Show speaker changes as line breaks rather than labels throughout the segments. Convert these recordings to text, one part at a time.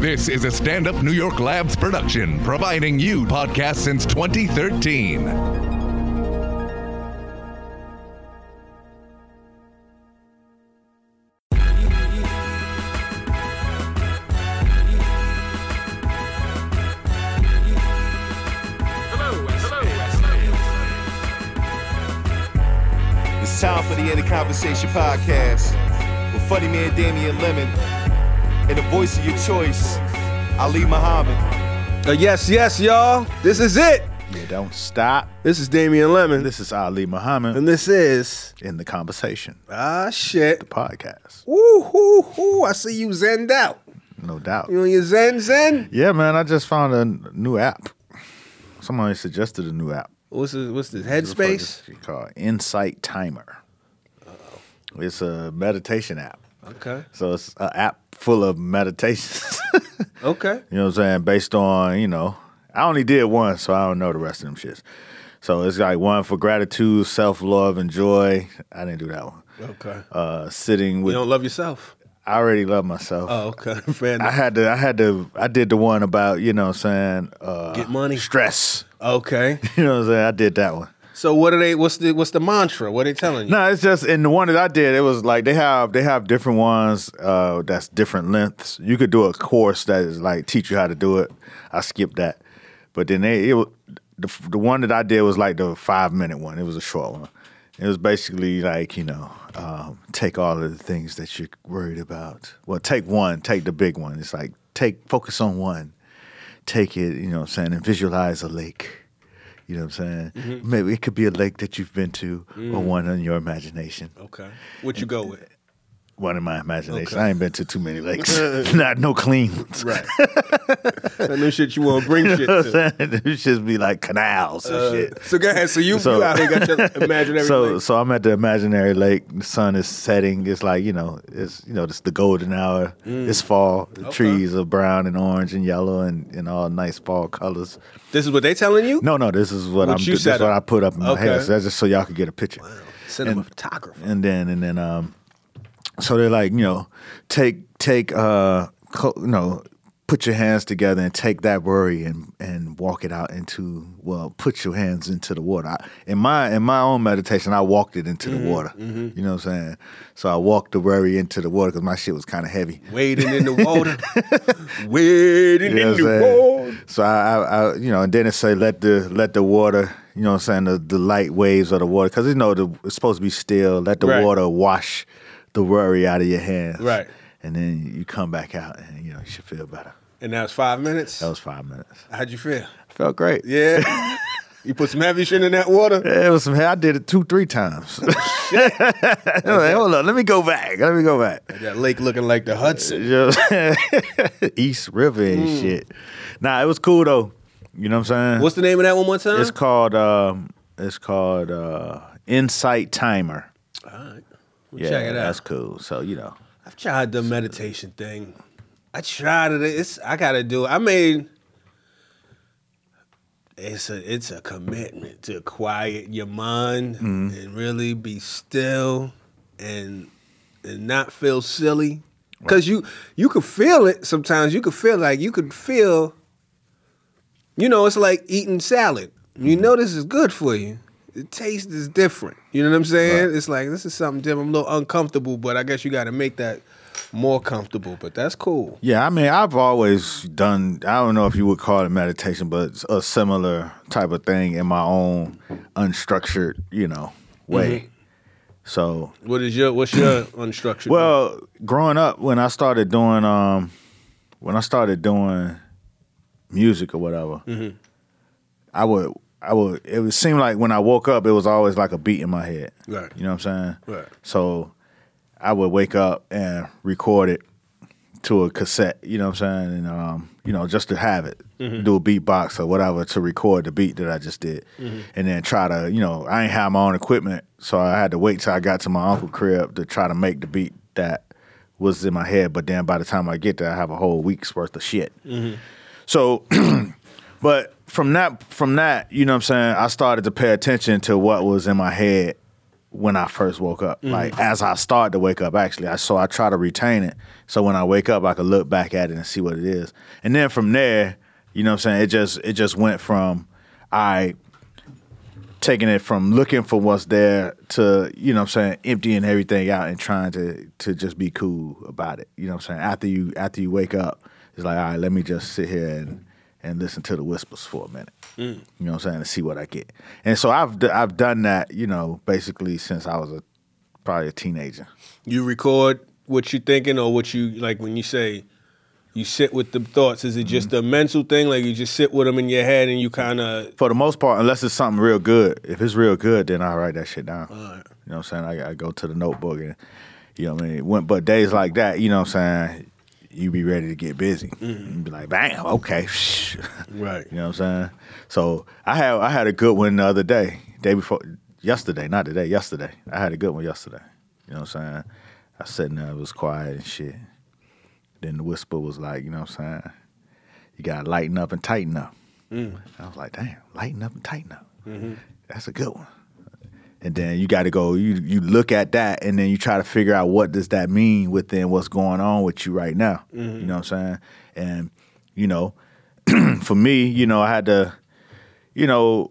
This is a stand up New York Labs production, providing you podcasts since 2013.
It's time for the End of Conversation podcast with funny man Damian Lemon and the voice of your choice, Ali Muhammad.
Uh, yes, yes, y'all. This is it.
Yeah, don't stop.
This is Damian Lemon.
This is Ali Muhammad
and this is
in the conversation
ah shit.
podcast.
Woo hoo hoo! I see you zenned out.
No doubt.
You on your zen zen?
Yeah, man, I just found a n- new app. Somebody suggested a new app.
What's this? What's this?
It's what
Headspace.
It's called Insight Timer. It's a meditation app.
Okay.
So it's an app full of meditations. you
Okay.
know what I'm saying? Based on, you know, I only did one, so I don't know the rest of them shits. So it's like one for gratitude, self love, and joy. I didn't do that one.
Okay.
Uh, sitting
You
with,
don't love yourself.
I already love myself.
Oh, okay. Fair
I
enough.
had to I had to I did the one about, you know what I'm saying, uh
Get money.
stress.
Okay.
You know what I'm saying? I did that one.
So what are they? What's the what's the mantra? What are they telling you?
No, it's just in the one that I did, it was like they have they have different ones uh that's different lengths. You could do a course that is like teach you how to do it. I skipped that. But then they it wa- the, the one that I did was like the 5 minute one. It was a short one. It was basically like, you know, um, take all of the things that you're worried about. Well, take one, take the big one. It's like take focus on one. take it, you know what I'm saying, and visualize a lake. You know what I'm saying?
Mm-hmm.
Maybe it could be a lake that you've been to
Mm.
or one in your imagination.
Okay. What you go with?
One in my imagination.
Oh. Okay.
I ain't been to too many lakes. Not no clean ones.
Right. that new shit you want to bring shit
You know what I'm
to.
saying? It should be like canals and shit.
So go ahead. So you,
So-
you out here got your imaginary.
So so I'm at the imaginary lake. The sun is setting. It's like you know, it's you know, it's the golden hour. It's fall. The
Mm. Okay.
trees are brown and orange and yellow and, and all nice fall colors.
this is what they telling you.
No, no, this is what,
What
I'm.
you
This is
set
what I
up.
put up in my
Okay.
head. So that's just so y'all could get a picture.
Cinematographer.
and then and then um so they're like you know take take uh co- you know put your hands together and take that worry and and walk it out into well put your hands into the water I, in my in my own meditation i walked it into
Mm-hmm.
the water you know what i'm saying so i walked the worry into the water because my shit was kind of heavy
Wading in the water.
You
Wading
know
in
what I'm
the
saying?
water.
So I, I, I, you know, and then it say let the let the water, you know, what I'm saying the, the light waves of the water, because you know the, it's supposed to be still. Let the
Right.
water wash the worry out of your hands,
Right.
And then you come back out, and you know you should feel better.
And that was five minutes.
That was five minutes.
How'd you feel?
Felt great. Yeah,
Yeah. you put some heavy shit in that water.
it was some. I did it two, three times. I was like, Hold on, let me go back. Let me go back.
That lake looking like the Hudson.
You know what I'm saying? East River and shit. Nah, it was cool though. You know what I'm saying?
What's the name of that one more time?
It's called um, it's called uh, Insight Timer.
All right. We'll
Yeah,
check it
that's
out.
cool. So you know,
I've tried the meditation thing. I tried it. It's I gotta do it. I mean it's a it's a commitment to quiet your mind and really be still and and not feel silly. Cause you you could feel it sometimes. You could feel like you could feel you know, it's like eating salad. You know this is good for you. The taste is different. You know what I'm saying? It's like this is something different. I'm a little uncomfortable, but I guess you got to make that more comfortable. But that's cool.
yeah. I mean, I've always done. I don't know if you would call it meditation, but it's a similar type of thing in my own unstructured, you know,
Mm-hmm.
way. So
What is your what's your unstructured?
Well, growing up, when I started doing um, when I started doing music or whatever,
Mm-hmm.
I would I would it would seem like when I woke up, it was always like a beat in my head.
Right.
You know what I'm saying?
Right.
So I would wake up and record it to a cassette. You know what I'm saying? And um, you know, just to have it, do a beatbox or whatever to record the beat that I just did, and then try to you know I ain't have my own equipment, so I had to wait till I got to my uncle crib to try to make the beat that was in my head. But then by the time I get there, I have a whole week's worth of shit. So, but from that from that, you know what I'm saying? I started to pay attention to what was in my head when I first woke up. Like as I started to wake up, actually, I so I try to retain it. So when I wake up, I could look back at it and see what it is. And then from there, you know what I'm saying? It just it just went from I taking it from looking for what's there to, you know what I'm saying, emptying everything out and trying to to just be cool about it. You know what I'm saying? After you after you wake up, it's like, all right, let me just sit here and and listen to the whispers for a minute. You know what I'm saying? And see what I get. And so I've d- I've done that, you know, basically since I was a probably a teenager.
You record what you're thinking or what you like when you say you sit with the thoughts. Is it just a mental thing? Like you just sit with them in your head and you kind of
For the most part, unless it's something real good. If it's real good, then I write that shit down. You know what I'm saying? I, I go to the notebook and you know what I mean. When, but days like that, you know what I'm saying, you be ready to get busy. You be like, bam, okay.
right.
You know what I'm saying? So I had I had a good one the other day, day before, yesterday, not today, yesterday. I had a good one yesterday. You know what I'm saying? I was sitting there, it was quiet and shit. Then the whisper was like, you know what I'm saying? You gotta lighten up and tighten up. I was like, damn, lighten up and tighten up. That's a good one. And then you got to go. You you look at that, and then you try to figure out what does that mean within what's going on with you right now. You know what I'm saying? And you know, for me, you know, I had to, you know,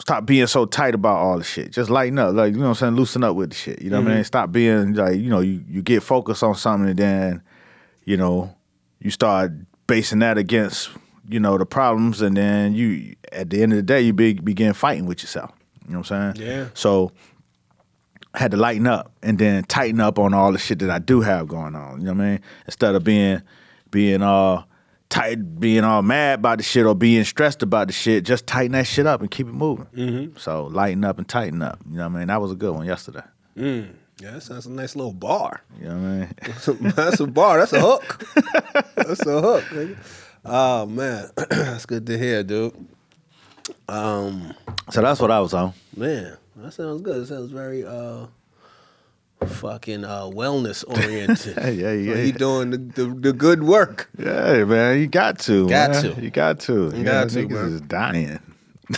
stop being so tight about all the shit. Just lighten up, like you know what I'm saying, loosen up with the shit. You know what I mean? Stop being like, you know, you, you get focused on something and then, you know, you start basing that against, you know, the problems and then you at the end of the day you be, begin fighting with yourself. You know what I'm saying?
Yeah.
So I had to lighten up and then tighten up on all the shit that I do have going on. You know what I mean? Instead of being being all tight, being all mad about the shit or being stressed about the shit, just tighten that shit up and keep it moving. Mm-hmm. So lighten up and tighten up. You know what I mean? That was a good one yesterday.
Yeah, that sounds a nice little bar.
You know what I mean?
that's a bar. That's a hook. that's a hook. Nigga. Oh man, that's good to hear, dude.
so that's what I was on.
Man, that sounds good. That sounds very uh, fucking uh, wellness oriented.
Yeah, yeah,
So
yeah.
you doing the, the, the good work.
Yeah, man, you got to.
Got
man.
to.
You got to. You
got to,
niggas
man.
is dying.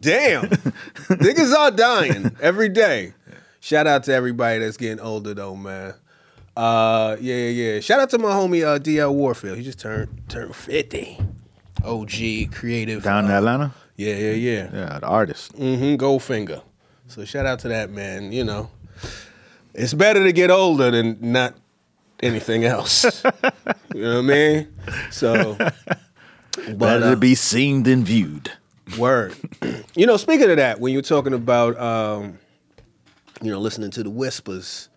Damn, niggas are dying every day. Shout out to everybody that's getting older though, man. Uh, yeah, yeah, yeah. Shout out to my homie uh, DL Warfield. He just turned turned fifty. OG creative
Down in
uh,
Atlanta?
Yeah, yeah, yeah.
Yeah, the artist.
Mm-hmm. Goldfinger. So shout out to that man. You know, it's better to get older than not anything else. you know what I mean? So, but
Better
uh,
to be seen than viewed.
word. you know, speaking of that, when you're talking about, um, you know, listening to the whispers,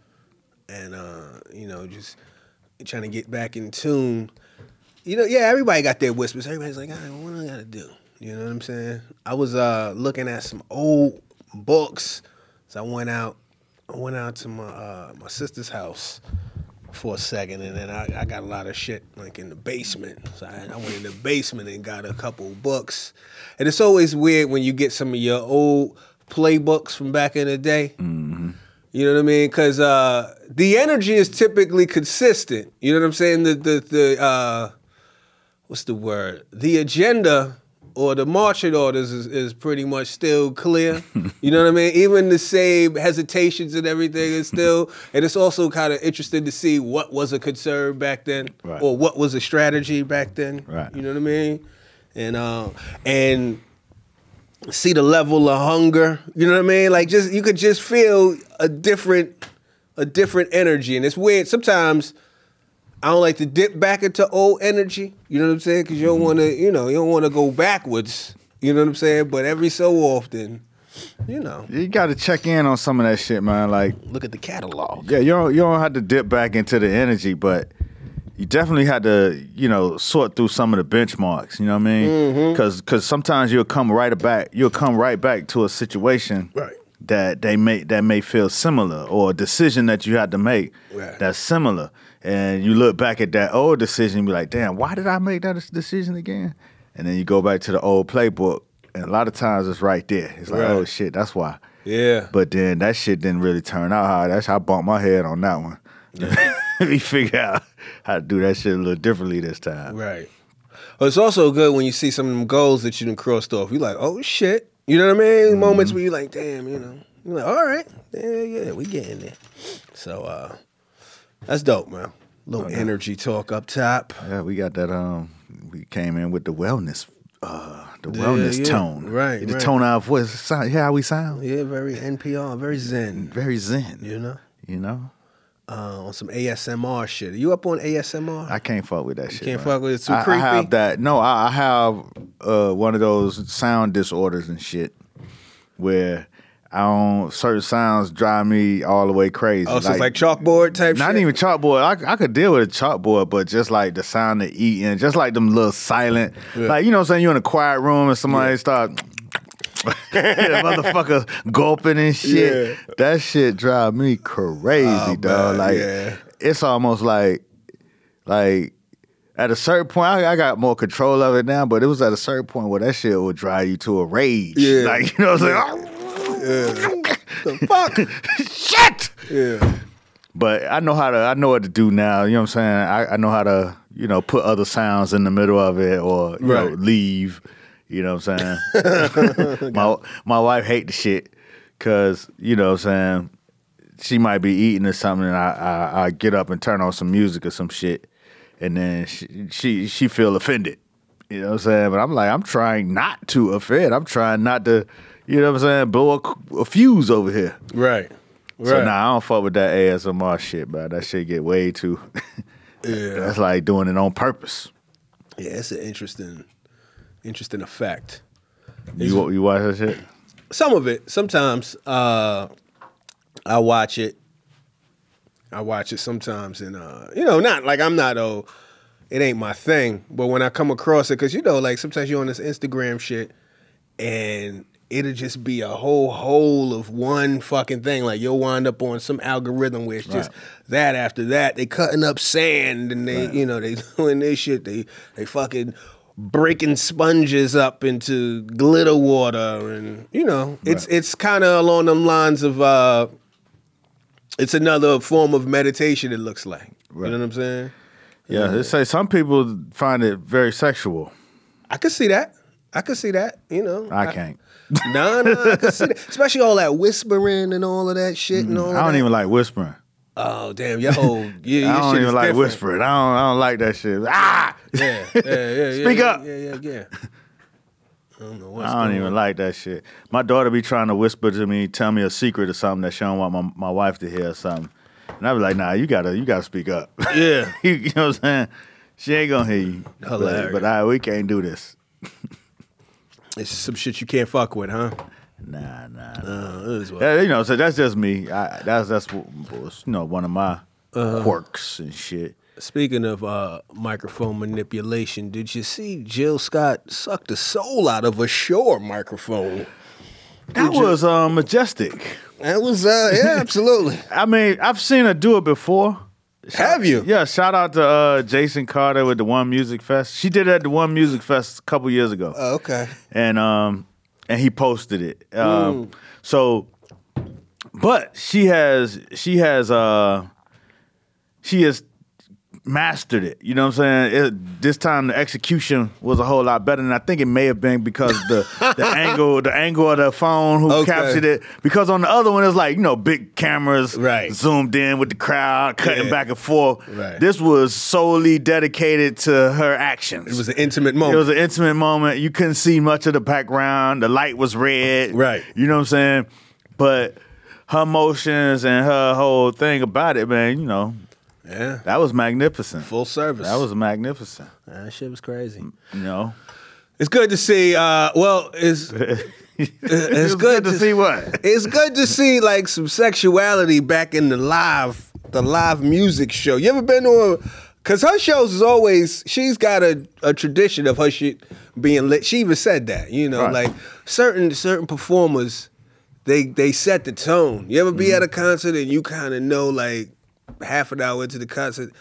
and uh, you know, just trying to get back in tune. You know, yeah, everybody got their whispers. Everybody's like, "Ah, what do I gotta do? You know what I'm saying? I was uh, looking at some old books, so I went out. I went out to my uh, my sister's house for a second, and then I, I got a lot of shit like in the basement. So I, I went in the basement and got a couple books. And it's always weird when you get some of your old playbooks from back in the day. You know what I mean? Because uh, the energy is typically consistent. You know what I'm saying? The the the uh, what's the word? The agenda or the marching orders is, is pretty much still clear. you know what I mean? Even the same hesitations and everything is still. and it's also kind of interesting to see what was a concern back then,
Right.
or what was a strategy back then.
Right.
You know what I mean? And uh, and see the level of hunger. You know what I mean? Like just you could just feel a different a different energy, and it's weird. Sometimes I don't like to dip back into old energy. You know what I'm saying? Because you don't want to, you know, you don't want to go backwards. You know what I'm saying? But every so often, you know,
You got to check in on some of that shit, man. Like,
look at the catalog.
Yeah, you don't you don't have to dip back into the energy, but you definitely had to you know sort through some of the benchmarks. You know what I
Mm-hmm.
mean? Because sometimes you'll come right back you'll come right back to a situation
Right.
that they may that may feel similar or a decision that you had to make
Right.
that's similar, and you look back at that old decision and be like, damn, why did I make that decision again? And then you go back to the old playbook, and a lot of times it's right there. It's like,
Right.
oh shit, that's why.
Yeah.
But then that shit didn't really turn out how. That's how I bumped my head on that one. Let me figure out how to do that shit a little differently this time.
Right. Well, it's also good when you oh, Mm-hmm. see some of them goals that you done crossed off. You like, oh shit. You know what I mean? Moments where you like, damn, you know, You're like, all right, yeah, yeah, we getting there. So uh, that's dope, man. Little energy talk up top.
Yeah, we got that. Um, we came in with the wellness, uh, the wellness
yeah.
tone,
Right,
The
right.
tone of our voice, sound, yeah, how we sound,
Yeah, very NPR, very zen.
very zen.
You know,
you know,
uh, on some ASMR shit. Are you up on ASMR?
I can't fuck with that shit.
can't
man.
fuck with it? It's too
I,
creepy?
I have that. No, I, I have uh, one of those sound disorders and shit where I don't certain sounds drive me all the way crazy.
oh, so it's like chalkboard type.
Not
shit?
even chalkboard. I, I could deal with a chalkboard, but just like the sound of eating, just like them little silent, like you know what I'm saying. You in a quiet room and somebody start motherfucker gulping and shit. That shit drive me crazy, dog.
Oh, man,
Like
yeah.
it's almost like like. At a certain point, I, I got more control of it now, but it was at a certain point where that shit would drive you to a rage.
Yeah.
Like, you know what I'm saying?
fuck.
Shit!
yeah,
But I know how to I know what to do now. You know what I'm saying? I, I know how to, you know, put other sounds in the middle of it or you know,
Right.
leave. You know what I'm saying? my my wife hate the shit because, you know what I'm saying, she might be eating or something and I, I I get up and turn on some music or some shit and then she she, she feel offended. You know what I'm saying? But I'm like, I'm trying not to offend. I'm trying not to, you know what I'm saying, blow a, a fuse over here.
right, right.
So nah, I don't fuck with that ASMR shit, bro. That shit get way too.
yeah.
That's like doing it on purpose.
yeah, it's an interesting, interesting effect.
You you watch that shit?
some of it sometimes uh i watch it i watch it sometimes and uh you know not like i'm not oh it ain't my thing but when i come across it because you know like sometimes you're on this instagram shit and it'll just be a whole hole of one fucking thing like you'll wind up on some algorithm where it's just that after that they cutting up sand and they you know they doing this shit they they fucking breaking sponges up into glitter water and you know it's it's kind of along them lines of uh it's another form of meditation it looks like you know what i'm saying
Yeah, they say some people find it very sexual.
i could see that i could see that you know
I can't.
no, no, I can see that. Especially all that whispering and all of that shit and all.
I don't
that.
even like whispering.
Oh damn, yo, yeah, your
I don't
shit
even
is
like
different.
whispering. I don't. I don't like that shit. Ah!
Yeah, yeah, yeah. yeah,
Speak
yeah,
up.
Yeah, yeah, yeah. I don't know what's
I don't
going
even
on.
like that shit. My daughter be trying to whisper to me, tell me a secret or something that she don't want my, my wife to hear or something. And I be like, nah, you gotta you gotta speak up.
Yeah.
you, you know what I'm saying? She ain't gonna hear you. But-
Hilarious.
But, I, we can't do this.
It's some shit you can't fuck with, huh?
Nah, nah.
Uh, it is what-
Yeah, you know, so that's just me. I, that's that's what- was, you know one of my quirks and shit.
Speaking of uh, microphone manipulation, did you see Jill Scott suck the soul out of a Shure microphone?
That was um, majestic.
That was uh, yeah, absolutely.
I mean, I've seen her do it before.
Have you?
Yeah, shout out to uh, Jason Carter with the One Music Fest. She did it at the One Music Fest a couple years ago,
Oh, okay.
and um, and he posted it.
Mm.
Um, so, but she has she has uh, she has mastered it. You know what I'm saying? It, this time the execution was a whole lot better, and I think it may have been because the the angle the angle of the phone who
Okay.
captured it. Because on the other one, it's like you know big cameras
Right.
zoomed in with the crowd cutting
Yeah.
back and forth.
Right.
This was solely dedicated to her actions.
It was an intimate moment.
It was an intimate moment. You couldn't see much of the background. The light was red.
Right.
You know what I'm saying? But her motions and her whole thing about it, man, you know,
yeah,
that was magnificent.
full service.
That was magnificent.
that shit was crazy.
You know?
It's good to see. Uh, well, it's it's
It's
good
to
to-
see what?
it's good to see like some sexuality back in the live the live music show. You ever been to a? Cause her shows is always she's got a, a tradition of her shit being lit. She even said that you know
Right.
like certain certain performers they they set the tone. You ever be at a
Mm-hmm.
concert and you kind of know like half an hour into the concert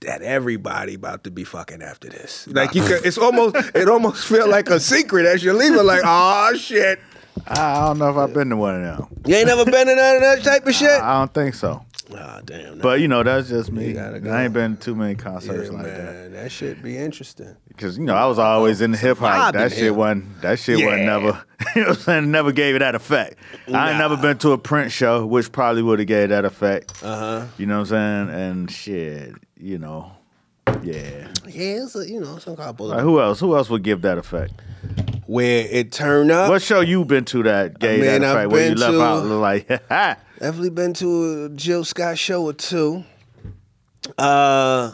that everybody about to be fucking after this. Like you, could, it's almost it almost feel like a secret as you're leaving. Like oh shit,
I I don't know if I've been to one of them.
you ain't never been to none of that type of shit.
I don't think so.
Ah, damn.
But you know, that's just
You
me.
gotta
I
go.
ain't been to many concerts
yeah,
like that
man, that. should be interesting.
because you know I was always in hip hop.
vibe in
That
here.
shit wasn't. That shit wasn't
Yeah.
never. You know what I'm saying? Never gave it that effect. I ain't
Nah.
never been to a print show, which probably would have gave that effect. Uh
Uh-huh.
huh. You know what I'm saying? And shit, you know, yeah.
Yeah, it's a, you know, some kind of bullet.
Like, who else? Who else would give that effect?
Where it turned up.
What show you been to that gave
mean,
that
I've
effect? Where you
been
left
to-
out and look like, ha
Definitely been to a Jill Scott show or two. Uh,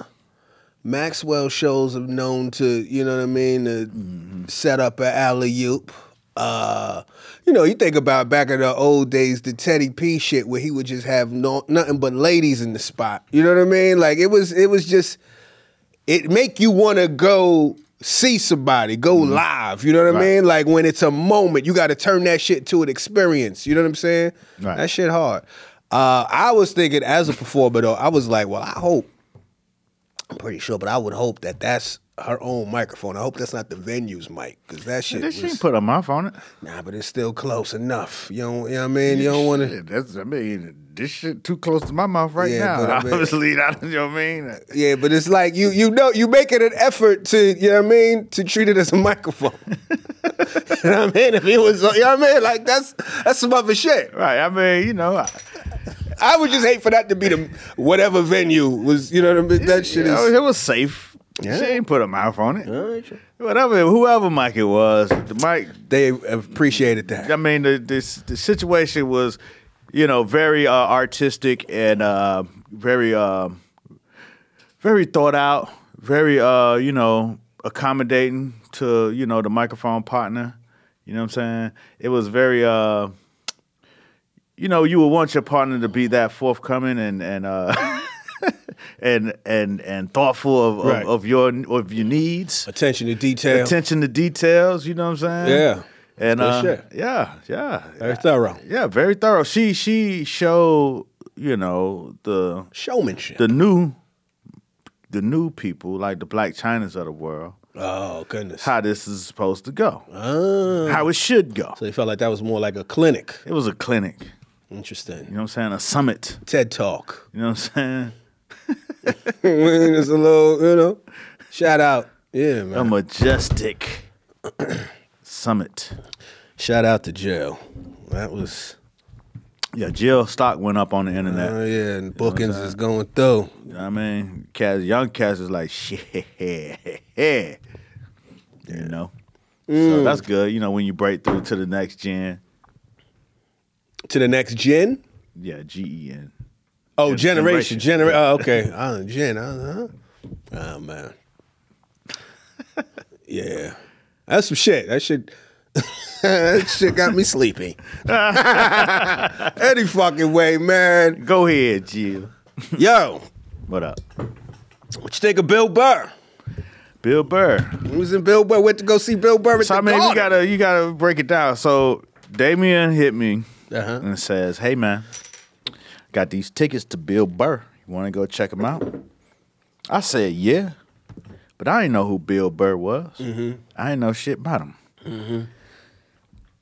Maxwell shows have known to, you know what I mean, to
Mm-hmm.
set up an alley oop. Uh, you know, you think about back in the old days, the Teddy P shit, where he would just have no, nothing but ladies in the spot. You know what I mean? Like it was, it was just, it make you want to go see somebody, go live. You know what
Mm-hmm.
I
Right.
mean? Like when it's a moment, you got to turn that shit to an experience. You know what I'm saying?
Right.
That shit hard. Uh, I was thinking as a performer though, I was like, well, I hope. I'm pretty sure, but I would hope that that's her own microphone. I hope that's not the venue's mic because that shit.
This
was,
shit put a mouth on it.
nah, but it's still close enough. You don't, you know what I mean? You don't want to.
Shit, That's I mean, this shit too close to my mouth right
Yeah,
now.
but I mean-
Obviously, that, you know what I mean?
Yeah, but it's like you you know you making an effort to you know what I mean to treat it as a microphone. you know what I mean? If it was you know what I mean like that's that's some other shit.
Right. I mean, you know, I-
I would just hate for that to be the whatever venue was you know what I mean that shit
you know,
is.
it was safe.
Yeah.
She ain't put a mouth on it. Whatever, whoever mic it was, the mic.
They appreciated that.
I mean, the this the situation was, you know, very uh, artistic and uh, very, um very thought out, very, uh, you know, accommodating to you know the microphone partner. You know what I'm saying? It was very. Uh, you know, you would want your partner to be that forthcoming and and uh, and and and thoughtful of,
Right.
of, of your of your needs,
Attention to detail.
attention to details. You know what I'm saying?
Yeah.
And
Good
uh,
shit.
yeah, yeah,
Very thorough.
yeah, very thorough. She she showed you know the
Showmanship.
the new the new people like the Black Chinas of the world
oh goodness.
how this is supposed to go,
Oh.
how it should go.
So they felt like that was more like a clinic.
It was a clinic. You
Interesting.
know what I'm saying? A summit.
TED Talk.
You know what I'm saying?
it's a little you know. Um, Shout out. Yeah man.
a majestic summit.
Shout out to Jill. That was
Yeah, Jill stock went up on the internet.
oh yeah, and bookings is going through.
You know what I mean, Cass, young Cass is like shit. You know, so that's good. You know, when you break through to the next gen,
To the next gen?
yeah, G E N.
Oh,
Gen- generation.
generation, generation. Oh, okay. Uh, gen. Uh, huh? Oh man. yeah, that's some shit. That shit. that shit got me sleepy. Any fucking way, man.
Go ahead, Jill.
Yo,
What up,
what you think of Bill Burr?
Bill Burr?
We was in Bill Burr. Went to go see Bill Burr at
So I
the
mean, you
Garden.
gotta you gotta break it down. So Damien hit me
Uh-huh.
and says, "Hey man, got these tickets to Bill Burr. You want to go check him out?" I said, "Yeah," but I didn't know who Bill Burr was.
Mm-hmm.
I didn't know shit about him.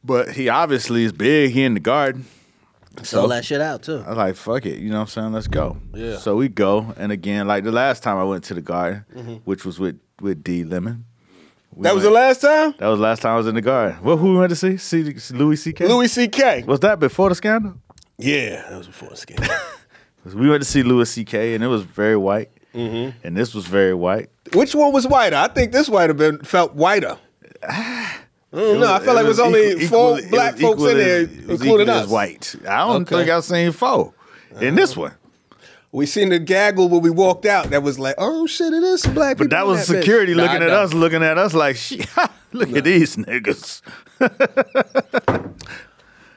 But he obviously is big. He in the garden.
Sold that shit out too.
I was like, fuck it, you know what I'm saying? Let's go.
Yeah.
So we go, and again, like the last time I went to the garden, which was with with D Lemon. we
Mm-hmm. That was the
went-
last time.
that was the last time I was in the garden. Well, who we went to see? see Louis C.K.
Louis C.K.
Was that before the scandal?
Yeah, that was before skin.
'Cause We went to see Louis C.K. and it was very white,
Mm-hmm.
and this was very white.
Which one was whiter? I think this white have been felt whiter. I don't know. I felt like it was only
equal-
four
equal-
black
it was
folks in
equal
there,
as- it was
including
equal as
us.
White. I don't
Okay.
think I've seen four in this one.
We seen the gaggle when we walked out. That was like, oh shit, it is some black
But
people.
that
in
was
bitch.
security
Nah,
looking
I
at
know.
us, looking at us like, "Shit, look at these niggas.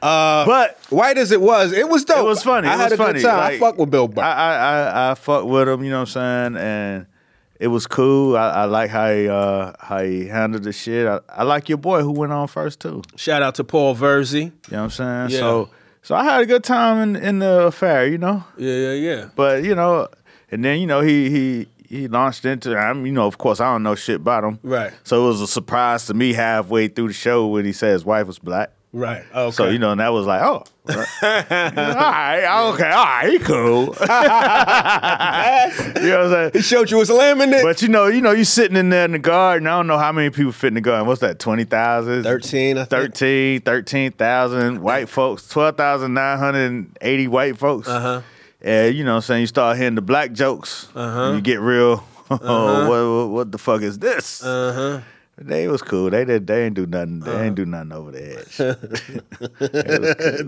Uh,
but
White as it was, it was dope.
It was funny.
I
It
had
was
a
funny.
good time. I
Like,
fuck with Bill Burr.
I, I, I, I fuck with him, you know what I'm saying? And it was cool. I, I like how he, uh, how he handled the shit. I, I like your boy who went on first, too.
Shout out to Paul Verzi.
You know what I'm saying?
Yeah.
So so I had a good time in, in the affair, you know?
Yeah, yeah, yeah.
But, you know, and then, you know, he, he, he launched into, I'm, you know, of course, I don't know shit about him.
Right.
So it was a surprise to me halfway through the show when he said his wife was black.
Right. Okay.
So you know, and that was like, oh, right. all right, okay, all right, cool. you know what I'm saying?
he showed you was slamming it.
But you know, you know, you sitting in there in the garden. I don't know how many people fit in the garden. What's that? Twenty thousand?
13, I think.
13, 13,000 white folks, twelve thousand nine hundred and eighty white folks. Uh-huh. And you know what I'm saying? You start hearing the black jokes. Uh-huh. You get real, oh, what, what what the fuck is this? Uh-huh. They was cool. They did they ain't do nothing. They ain't do nothing over the edge.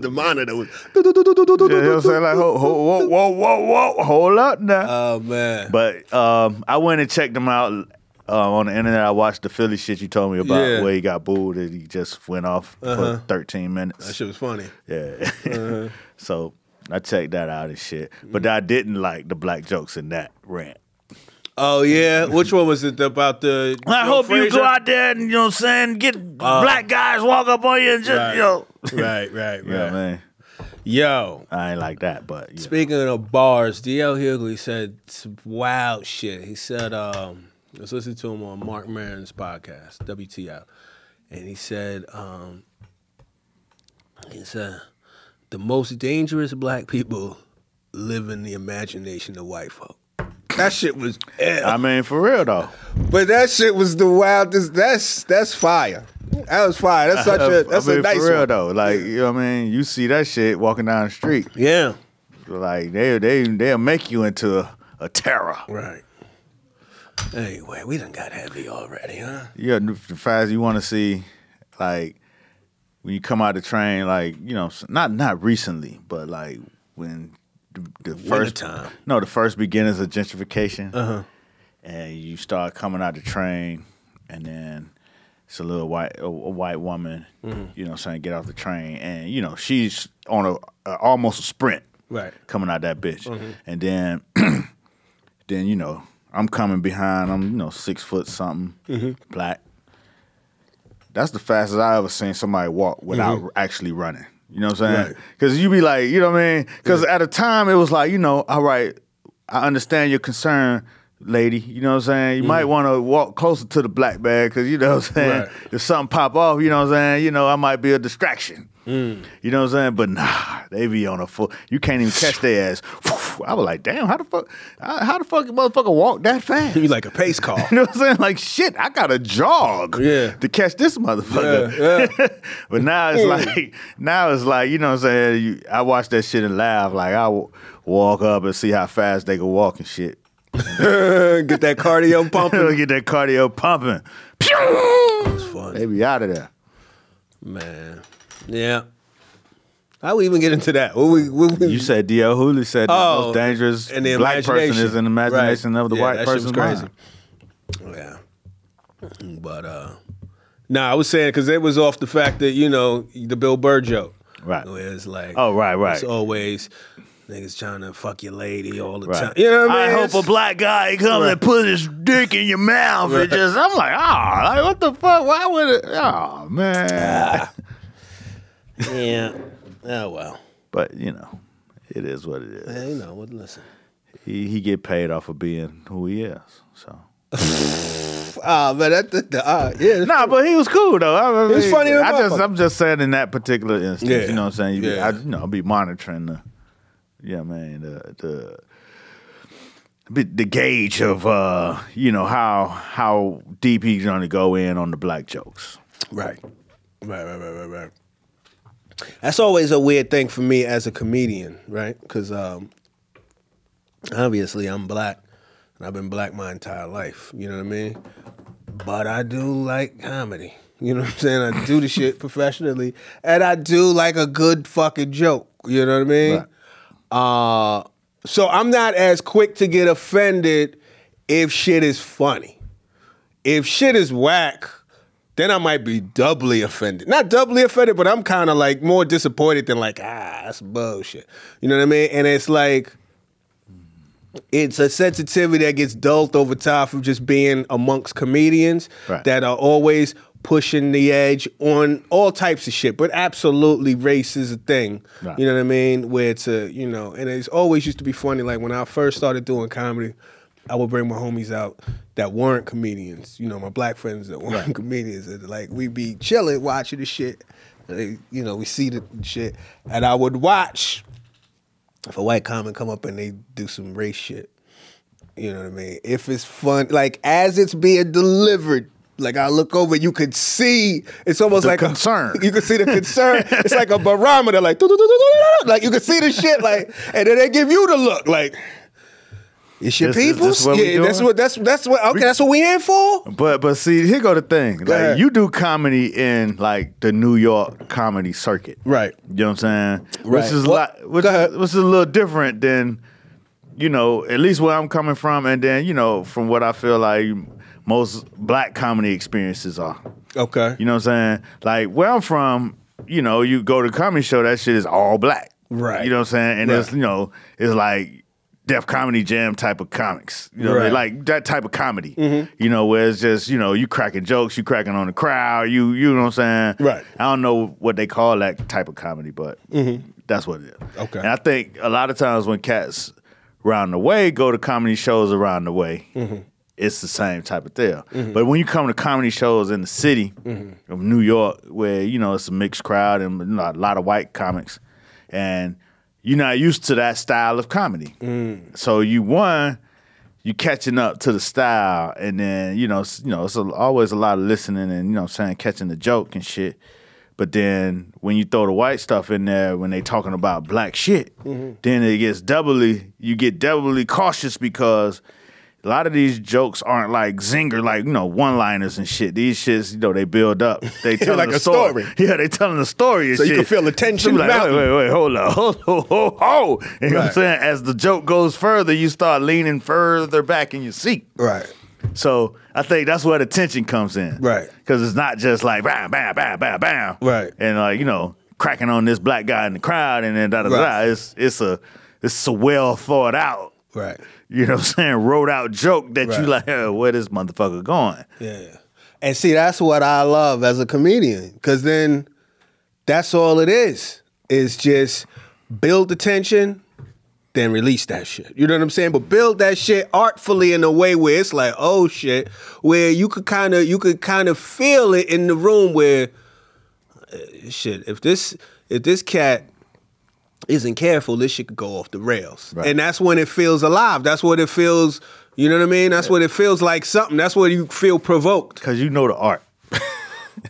the monitor was.
you know what I'm saying? Like, ho- ho- whoa, whoa, whoa, whoa, hold up now.
Oh man.
But um, I went and checked him out uh, on the internet. I watched the Philly shit you told me about
Yeah. Uh-huh.
where he got booed and he just went off for 13 minutes.
that shit Uh-huh. was funny.
Yeah. so I checked that out and shit. But I didn't like the black jokes in that rant.
Oh yeah. Which one was it about the?
I
Joe
hope you
Frazier? Uh,
go out there and, you know what I'm saying, get black guys walk up on you and just,
Right.
you know.
Right. Right. Right.
Yeah, man.
Yo.
I ain't like that, but yeah.
Speaking of bars, DL Hughley said some wild shit. He said, um, let's listen to him on Mark Maron's podcast, WTF. And he said, um, he said, the most dangerous black people live in the imagination of white folk. That shit was, eh,
I mean, for real though.
but that shit was the wildest. That's that's fire. That was fire. That's such a that's
I mean,
a nice
for real
one.
though. Like you know what I mean. You see that shit walking down the street.
Yeah.
Like they they they'll make you into a, a terror.
Right. Anyway, we done got heavy already, huh?
Yeah, the fast you want to see, like when you come out the train, like you know, not not recently, but like when the, the first
Wintertime.
no, the first beginnings of gentrification, and you start coming out the train, and then it's a little white a, a white woman, you know, what I'm saying get off the train, and you know she's on a, a almost a sprint,
Right.
coming out that bitch, and then then you know I'm coming behind. I'm you know six foot something, black. That's the fastest I ever seen somebody walk without actually running. You know what I'm saying?
Mm-hmm. Right.
Because you be like, you know what I mean? Because at a time it was like, you know, all right, I understand your concern, lady. You know what I'm saying? You
Mm-hmm.
might want to walk closer to the black bag because you know what I'm saying.
Right.
If something pop off, you know what I'm saying. You know, I might be a distraction.
Mm.
You know what I'm saying? But nah, they be on a full. You can't even catch their ass. I was like, damn, how the fuck, how how the fuck, motherfucker, walk that fast?
You like a pace call.
You know what I'm saying? Like shit, I gotta jog
Yeah.
to catch this motherfucker. but now it's like now it's like, you know what I'm saying? You, I watch that shit and laugh. Like I w- walk up and see how fast they can walk and shit.
Get that cardio pumping.
Get that cardio pumping. They
Fun.
be out of there.
Man. Yeah. How we even get into that? What we, what we,
You said D.L. Hooley said
Oh,
the most dangerous
and the
black person
imagination.
is in the imagination
Right.
of the
Yeah,
white
that shit
person's
was crazy.
mind.
Yeah. But uh nah, I was saying because it was off the fact that, you know, the Bill Burr joke.
Right.
Where it's like
Oh, right, right.
It's always niggas trying to fuck your lady all the
Right.
time. You know what I mean?
hope a black guy comes and put his dick in your mouth and just I'm like, ah, like, what the fuck? Why would it? Oh man.
Yeah. Oh well.
But you know, it is what it is.
Yeah, you know, what listen.
He he get paid off of being who he is. So
Ah, man, that, that, uh, yeah.
nah, but he was cool though. I, I
was
mean,
funny as
I just
motherfucker.
I'm just saying in that particular instance,
Yeah.
you know what I'm saying? You be,
Yeah.
I, you know, I'll be monitoring the, yeah, man, the the. be- The gauge of uh, you know how how deep he's gonna go in on the black jokes.
Right. Right, right, right, right, right. That's always a weird thing for me as a comedian, right? Because um, obviously I'm black and I've been black my entire life, you know what I mean? But I do like comedy. You know what I'm saying? I do the shit professionally and I do like a good fucking joke, you know what I mean? Uh, so I'm not as quick to get offended if shit is funny. If shit is whack, then I might be doubly offended. Not doubly offended, but I'm kind of like more disappointed than like, ah, that's bullshit. You know what I mean? And it's like, it's a sensitivity that gets dulled over time from just being amongst comedians
Right.
that are always pushing the edge on all types of shit. But absolutely, race is a thing.
Right.
You know what I mean? Where it's a, you know, and it's always used to be funny. Like when I first started doing comedy, I would bring my homies out that weren't comedians, you know, my black friends that weren't comedians. And like we'd be chilling watching the shit. They, you know, we see the shit, and I would watch if a white comic come up and they do some race shit. You know what I mean? If it's fun, like as it's being delivered, like I look over, you could see it's almost
The
like a-
concern.
you could see the concern. it's like a barometer, like "Doo, doo, doo, doo, doo, doo," like you could see the shit, like, and then they give you the look, like. It's your
This is- this
people's.
what we
yeah, that's
doing?
what that's that's what okay. That's what we in for.
But but see, here go the thing. Like
ahead.
you do comedy in like the New York comedy circuit,
Right.
You know what I'm saying?
Right.
Which is a
Well,
lot, which,
go ahead.
which is a little different than you know, at least where I'm coming from, and then you know, from what I feel like most black comedy experiences are.
Okay.
You know what I'm saying? Like where I'm from, you know, you go to a comedy show, that shit is all black.
Right.
You know what I'm saying? And it's
Right.
you know, it's like deaf comedy jam type of comics. You know,
Right. Mm-hmm.
like that type of comedy. You know, where it's just, you know, you cracking jokes, you cracking on the crowd, you you know what I'm saying?
Right.
I don't know what they call that type of comedy, but that's what it is.
Okay.
And I think a lot of times when cats around the way go to comedy shows around the way, it's the same type of deal. But when you come to comedy shows in the city of New York, where you know it's a mixed crowd and you know, a lot of white comics, and you're not used to that style of comedy, so you one you catching up to the style, and then you know s- you know it's a, always a lot of listening and you know what I'm saying catching the joke and shit. But then when you throw the white stuff in there, when they talking about black shit,
Mm-hmm.
then it gets doubly you get doubly cautious because a lot of these jokes aren't like zinger, like you know one liners and shit. These shits, you know, they build up. They tell
Like
a
a
story.
story.
Yeah, they telling a story. And
So you
shit.
can feel the tension
So you Like, wait,
mounting.
wait, wait, hold on, hold on, hold on. You know what I'm
Right.
saying? As the joke goes further, you start leaning further back in your seat.
Right.
So I think that's where the tension comes in.
Right.
Because it's not just like bam, bam, bam, bam, bam.
Right.
And like, you know, cracking on this black guy in the crowd and then da da da.
Right.
It's it's a it's a well thought out,
Right.
you know what I'm saying, wrote out joke that you
Right.
like, "Oh, where this motherfucker going?
Yeah. And see, that's what I love as a comedian, because then that's all it is. Is just build the tension, then release that shit. You know what I'm saying? But build that shit artfully in a way where it's like, oh shit, where you could kind of you could kind of feel it in the room where uh, shit, if this if this cat isn't careful, this shit could go off the rails.
Right.
And that's when it feels alive. That's what it feels, you know what I mean? That's what it feels like something. That's where you feel provoked.
Cause you know the art.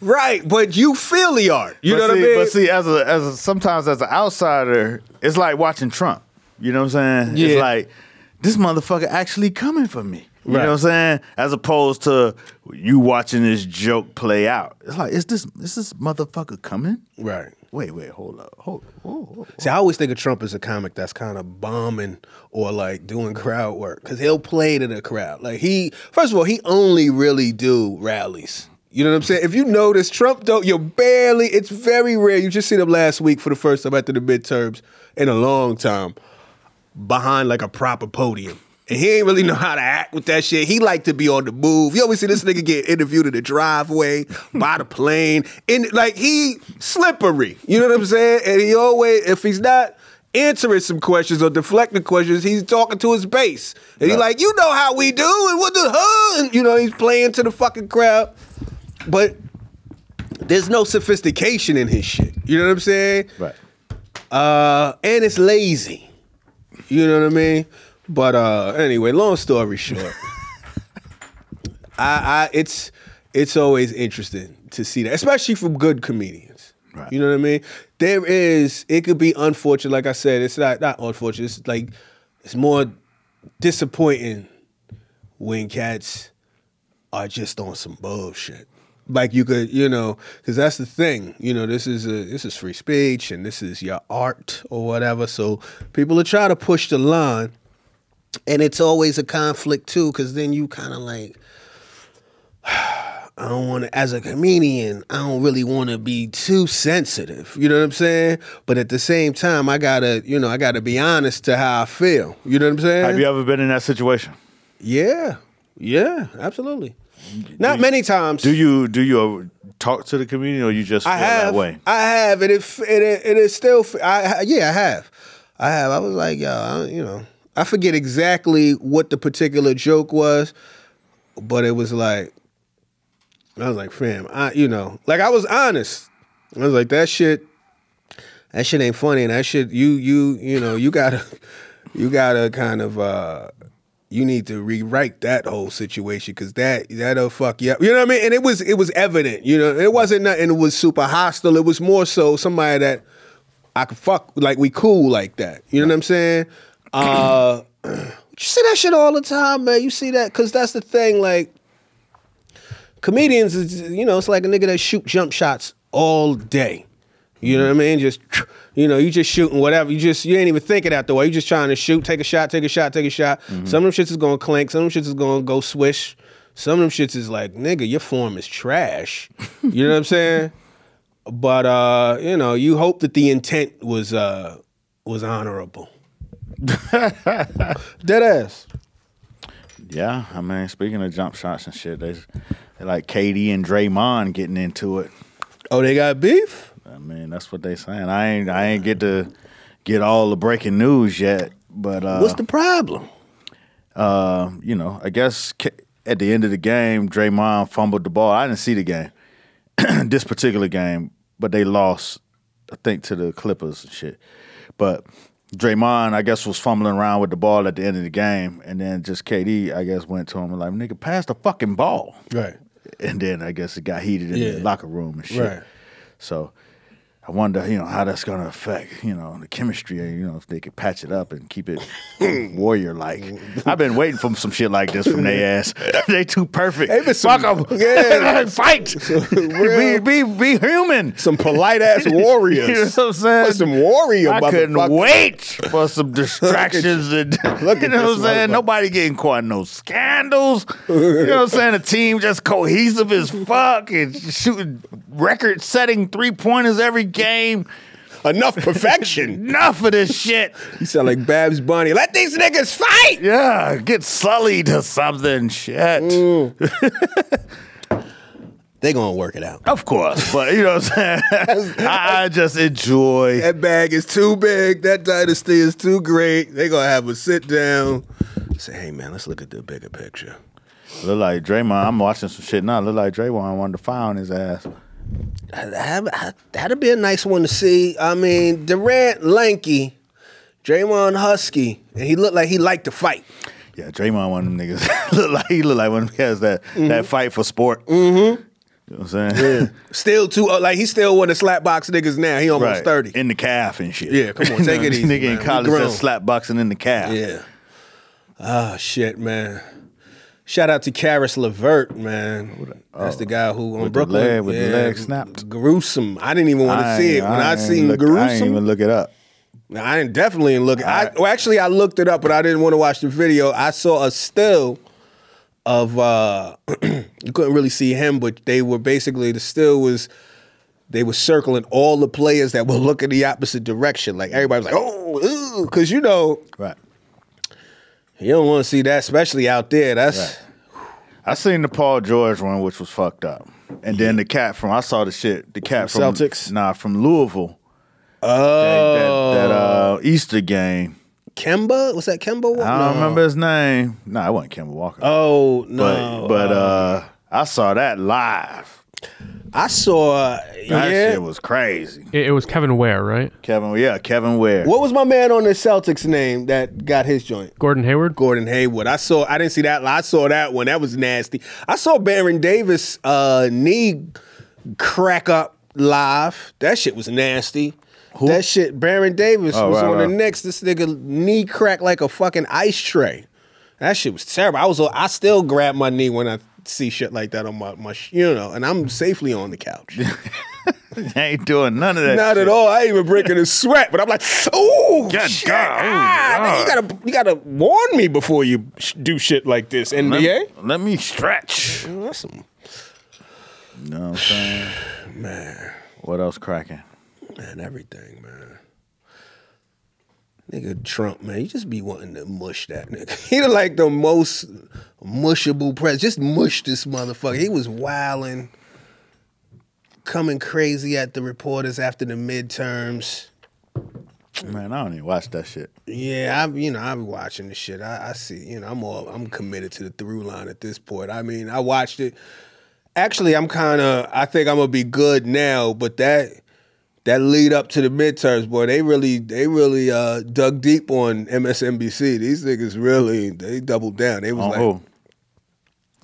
Right, but you feel the art. You
but
know
see,
what I mean?
But see, as a as a, sometimes as an outsider, it's like watching Trump. You know what I'm saying? It's
Yeah.
like this motherfucker actually coming for me. You
Right.
know what I'm saying? As opposed to you watching this joke play out. It's like, is this is this motherfucker coming?
right.
Wait, wait, hold up, hold. Whoa, whoa.
See, I always think of Trump as a comic that's kind of bombing or like doing crowd work because he'll play to the crowd. Like he, first of all, he only really do rallies. You know what I'm saying? If you notice, Trump don't. You're barely. It's very rare. You just seen him last week for the first time after the midterms in a long time, behind like a proper podium. And he ain't really know how to act with that shit. He like to be on the move. You always see this nigga get interviewed in the driveway, by the plane, and like he slippery. You know what I'm saying? And he always, if he's not answering some questions or deflecting questions, he's talking to his base. And he like, you know how we do, and what the huh? And you know he's playing to the fucking crowd, but there's no sophistication in his shit. You know what I'm saying?
Right.
Uh, and it's lazy. You know what I mean? But uh, anyway, long story short, I, I it's it's always interesting to see that, especially from good comedians.
Right.
You know what I mean? There is it could be unfortunate, like I said, it's not not unfortunate. It's like it's more disappointing when cats are just on some bullshit. Like you could, you know, because that's the thing. You know, this is a, this is free speech and this is your art or whatever. So people are trying to push the line, and it's always a conflict too. Because then you kind of like, I don't want to, as a comedian, I don't really want to be too sensitive. You know what I'm saying? But at the same time, I gotta, you know, I gotta be honest to how I feel. You know what I'm saying?
Have you ever been in that situation?
Yeah, yeah, absolutely. Not many times.
Do you do you uh, talk to the community or you just feel
I have.
that way?
I have, and it f- and it, and it still. f- I I- yeah, I have. I have. I was like, yo, I, you know, I forget exactly what the particular joke was, but it was like, I was like, fam, I, you know, like I was honest. I was like, that shit, that shit ain't funny, and that shit, you, you, you know, you gotta, you gotta kind of, uh you need to rewrite that whole situation because that that'll fuck you up. You know what I mean? And it was it was evident. You know, it wasn't nothing. It was super hostile. It was more so somebody that I could fuck like we cool like that. You know what I'm saying? Uh, you see that shit all the time, man. You see that because that's the thing. Like comedians is you know it's like a nigga that shoot jump shots all day. You know what I mean? Just you know, you just shooting whatever. You just you ain't even thinking out the way. You just trying to shoot, take a shot, take a shot, take a shot. Some of them shits is gonna clink. Some of them shits is gonna go swish. Some of them shits is like nigga, your form is trash. you know what I'm saying? But uh, you know, you hope that the intent was uh was honorable. Dead ass.
Yeah, I mean, speaking of jump shots and shit, they, they like KD and Draymond getting into it.
Oh, they got beef.
I mean, that's what they saying. I ain't I ain't get to get all the breaking news yet, but uh,
What's the problem?
uh, you know, I guess K- at the end of the game, Draymond fumbled the ball. I didn't see the game, this particular game, but they lost, I think, to the Clippers and shit. But Draymond, I guess, was fumbling around with the ball at the end of the game, and then just KD, I guess, went to him and like, nigga, pass the fucking ball.
Right.
And then I guess it got heated in the
Yeah.
locker room and shit.
Right.
So I wonder, you know, how that's gonna affect, you know, the chemistry, and you know, if they could patch it up and keep it warrior like. I've been waiting for some shit like this from their ass. they too perfect.
They been some-
Fuck 'em.
Yeah.
fight.
real-
be, be be human.
Some polite ass warriors.
You know what I'm saying?
Put some warrior.
I couldn't
motherfucker.
wait for some distractions and
Look
you
at
know what
this
I'm saying?
motherfucker.
Nobody getting caught in no scandals. You know what I'm saying? The team just cohesive as fuck and shooting record setting three pointers every game.
Enough perfection.
Enough of this shit.
You sound like Babs Bunny. Let these niggas fight.
Yeah, get sullied or something. Shit.
Mm. They gonna work it out.
Of course. But you know what I'm saying? I just enjoy
That bag is too big. That dynasty is too great. They gonna have a sit down. Say, hey man, let's look at the bigger picture.
Look like Draymond. I'm watching some shit now. Look like Draymond wanted to foul on his ass.
That- That'd be a nice one to see. I mean, Durant lanky, Draymond husky, and he looked like he liked to fight.
Yeah, Draymond one of them niggas. look like he look like one of them guys that that fight for sport. Mm-hmm. You know what I'm saying?
Still too uh, like he still one of the slapbox niggas now. He almost thirty.
in the calf and shit.
Yeah, come on,
You
take
know,
it easy,
Nigga
man.
in
We
college
grown.
that's slap boxing in the calf.
Yeah. Ah, shit, man. Shout out to Karis Levert, man. That's the guy who on
oh, With the
Brooklyn
leg- with the leg snapped.
Gruesome. I didn't even want to
I
see it
ain't-
when I,
ain't
seen
look- I ain't
gruesome.
even look it up.
I didn't definitely didn't look. I,
I-
well, actually, I looked it up, but I didn't want to watch the video. I saw a still of uh you couldn't really see him, but they were basically the still was they were circling all the players that were looking the opposite direction. Like everybody was like, oh, because you know
Right.
you don't want to see that, especially out there. That's
Right. I seen the Paul George one, which was fucked up, and then the cat from I saw the shit. The cat from,
From Celtics?
Nah, from Louisville.
oh
That, that, that uh, Easter game.
Kemba. Was that Kemba?
I don't remember his name. Nah, it wasn't Kemba Walker.
Oh
but
no!
but uh, I saw that live.
I saw.
That
yeah.
shit was crazy.
It, it was Kevin Ware, right?
Kevin, yeah, Kevin Ware.
what was my man on the Celtics name that got his joint?
Gordon Hayward.
Gordon Hayward. I saw. I didn't see that. I saw that one. That was nasty. I saw Baron Davis uh, knee crack up live. That shit was nasty. That shit. Baron Davis
Oh,
was
right,
on
right.
the Knicks. This nigga knee cracked like a fucking ice tray. That shit was terrible. I was. I still grab my knee when I see shit like that on my my. sh- You know, and I'm safely on the couch.
I ain't doing none of that.
Not at all. I ain't even breaking a sweat, but I'm like, oh,
God,
shit.
God, oh,
ah, man, you gotta, you gotta warn me before you sh- do shit like this,
Let,
NBA.
let me stretch. You
That's some-
know what I'm saying? Man. What else cracking?
man, everything, man. Nigga Trump, man, you just be wanting to mush that nigga. He the, like the most mushable president. Just mush this motherfucker. He was wilding, coming crazy at the reporters after the midterms.
Man, I don't even watch that shit.
Yeah, I'm you know I'm watching the shit. I, I see you know I'm all I'm committed to the through line at this point. I mean I watched it. Actually, I'm kind of I think I'm gonna be good now, but that that lead up to the midterms, boy, they really they really uh, dug deep on MSNBC. These niggas really they doubled down. They was
On
like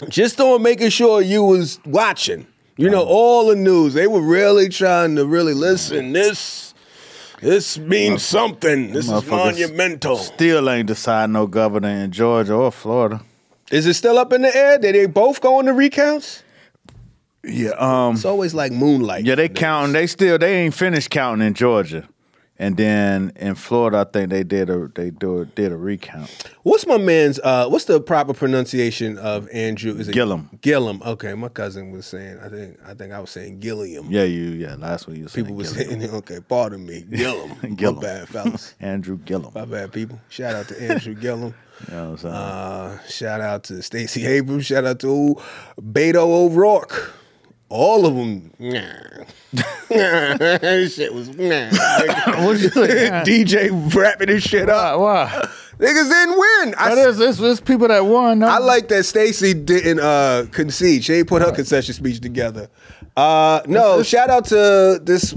who?
just on making sure you was watching. You
Oh.
know, all the news. They were really trying to really listen. This this means something. This is
Motherfuckers
monumental.
Still ain't decided no governor in Georgia or Florida.
Is it still up in the air? Did they both go on the recounts?
Yeah, um,
It's always like moonlight.
yeah, they counting. They still they ain't finished counting in Georgia, and then in Florida, I think they did a they do did a recount.
What's my man's? Uh, what's the proper pronunciation of Andrew? Is it
Gillum.
Gillum. Okay, my cousin was saying. I think. I think I was saying Gilliam.
Yeah, you yeah. Last week you was
people
saying
was
Gillum.
saying. Okay, pardon me, Gillum.
Gillum.
My bad, fellas.
Andrew Gillum.
my bad, people. Shout out to Andrew Gillum.
You know what I'm saying?
Uh, shout out to Stacey Abrams. Shout out to old Beto O'Rourke. All of them. shit was. DJ wrapping his shit up.
wow.
Niggas didn't win. I,
But it's, it's, it's people that won. No?
I like that Stacey didn't uh, concede. She ain't put her concession speech together. Uh, no, shout out to this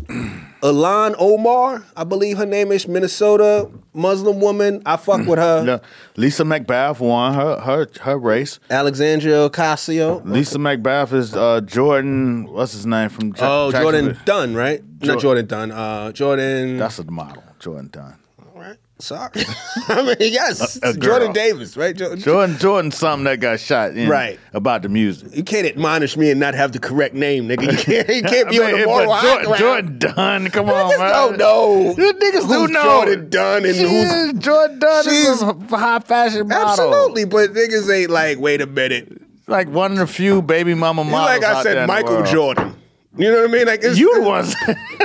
Alan Omar. I believe her name is Minnesota Muslim woman. I fuck with her.
Yeah. Lisa McBath won her her her race.
Alexandria Ocasio.
Lisa McBath is uh, Jordan. What's his name from? Ja-
Oh, Jordan
Jacksonville.
Dunn, right? Not
Jor-
Jordan Dunn. Uh, Jordan.
That's a model. Jordan Dunn.
right. Sorry. I mean, yes.
A- a girl.
Jordan Davis, right? Jordan.
Jordan Jordan something that got shot in
Right.
about the music.
you can't admonish me and not have the correct name, nigga. You can't, you can't be
I
on
mean,
the
it-
moral
but
high
Jordan,
ground.
Jordan Dunn, come on,
Niggas
man.
don't know
You niggas do
who's
know
Jordan Dunn and
She
who's-
is Jordan Dunn
She's-
is a high fashion model.
Absolutely, but niggas ain't like, wait a minute. You
like one of the few baby mama models.
like I
out there
said,
in the
Michael
world.
Jordan. You know what I mean? Like it's,
You the ones.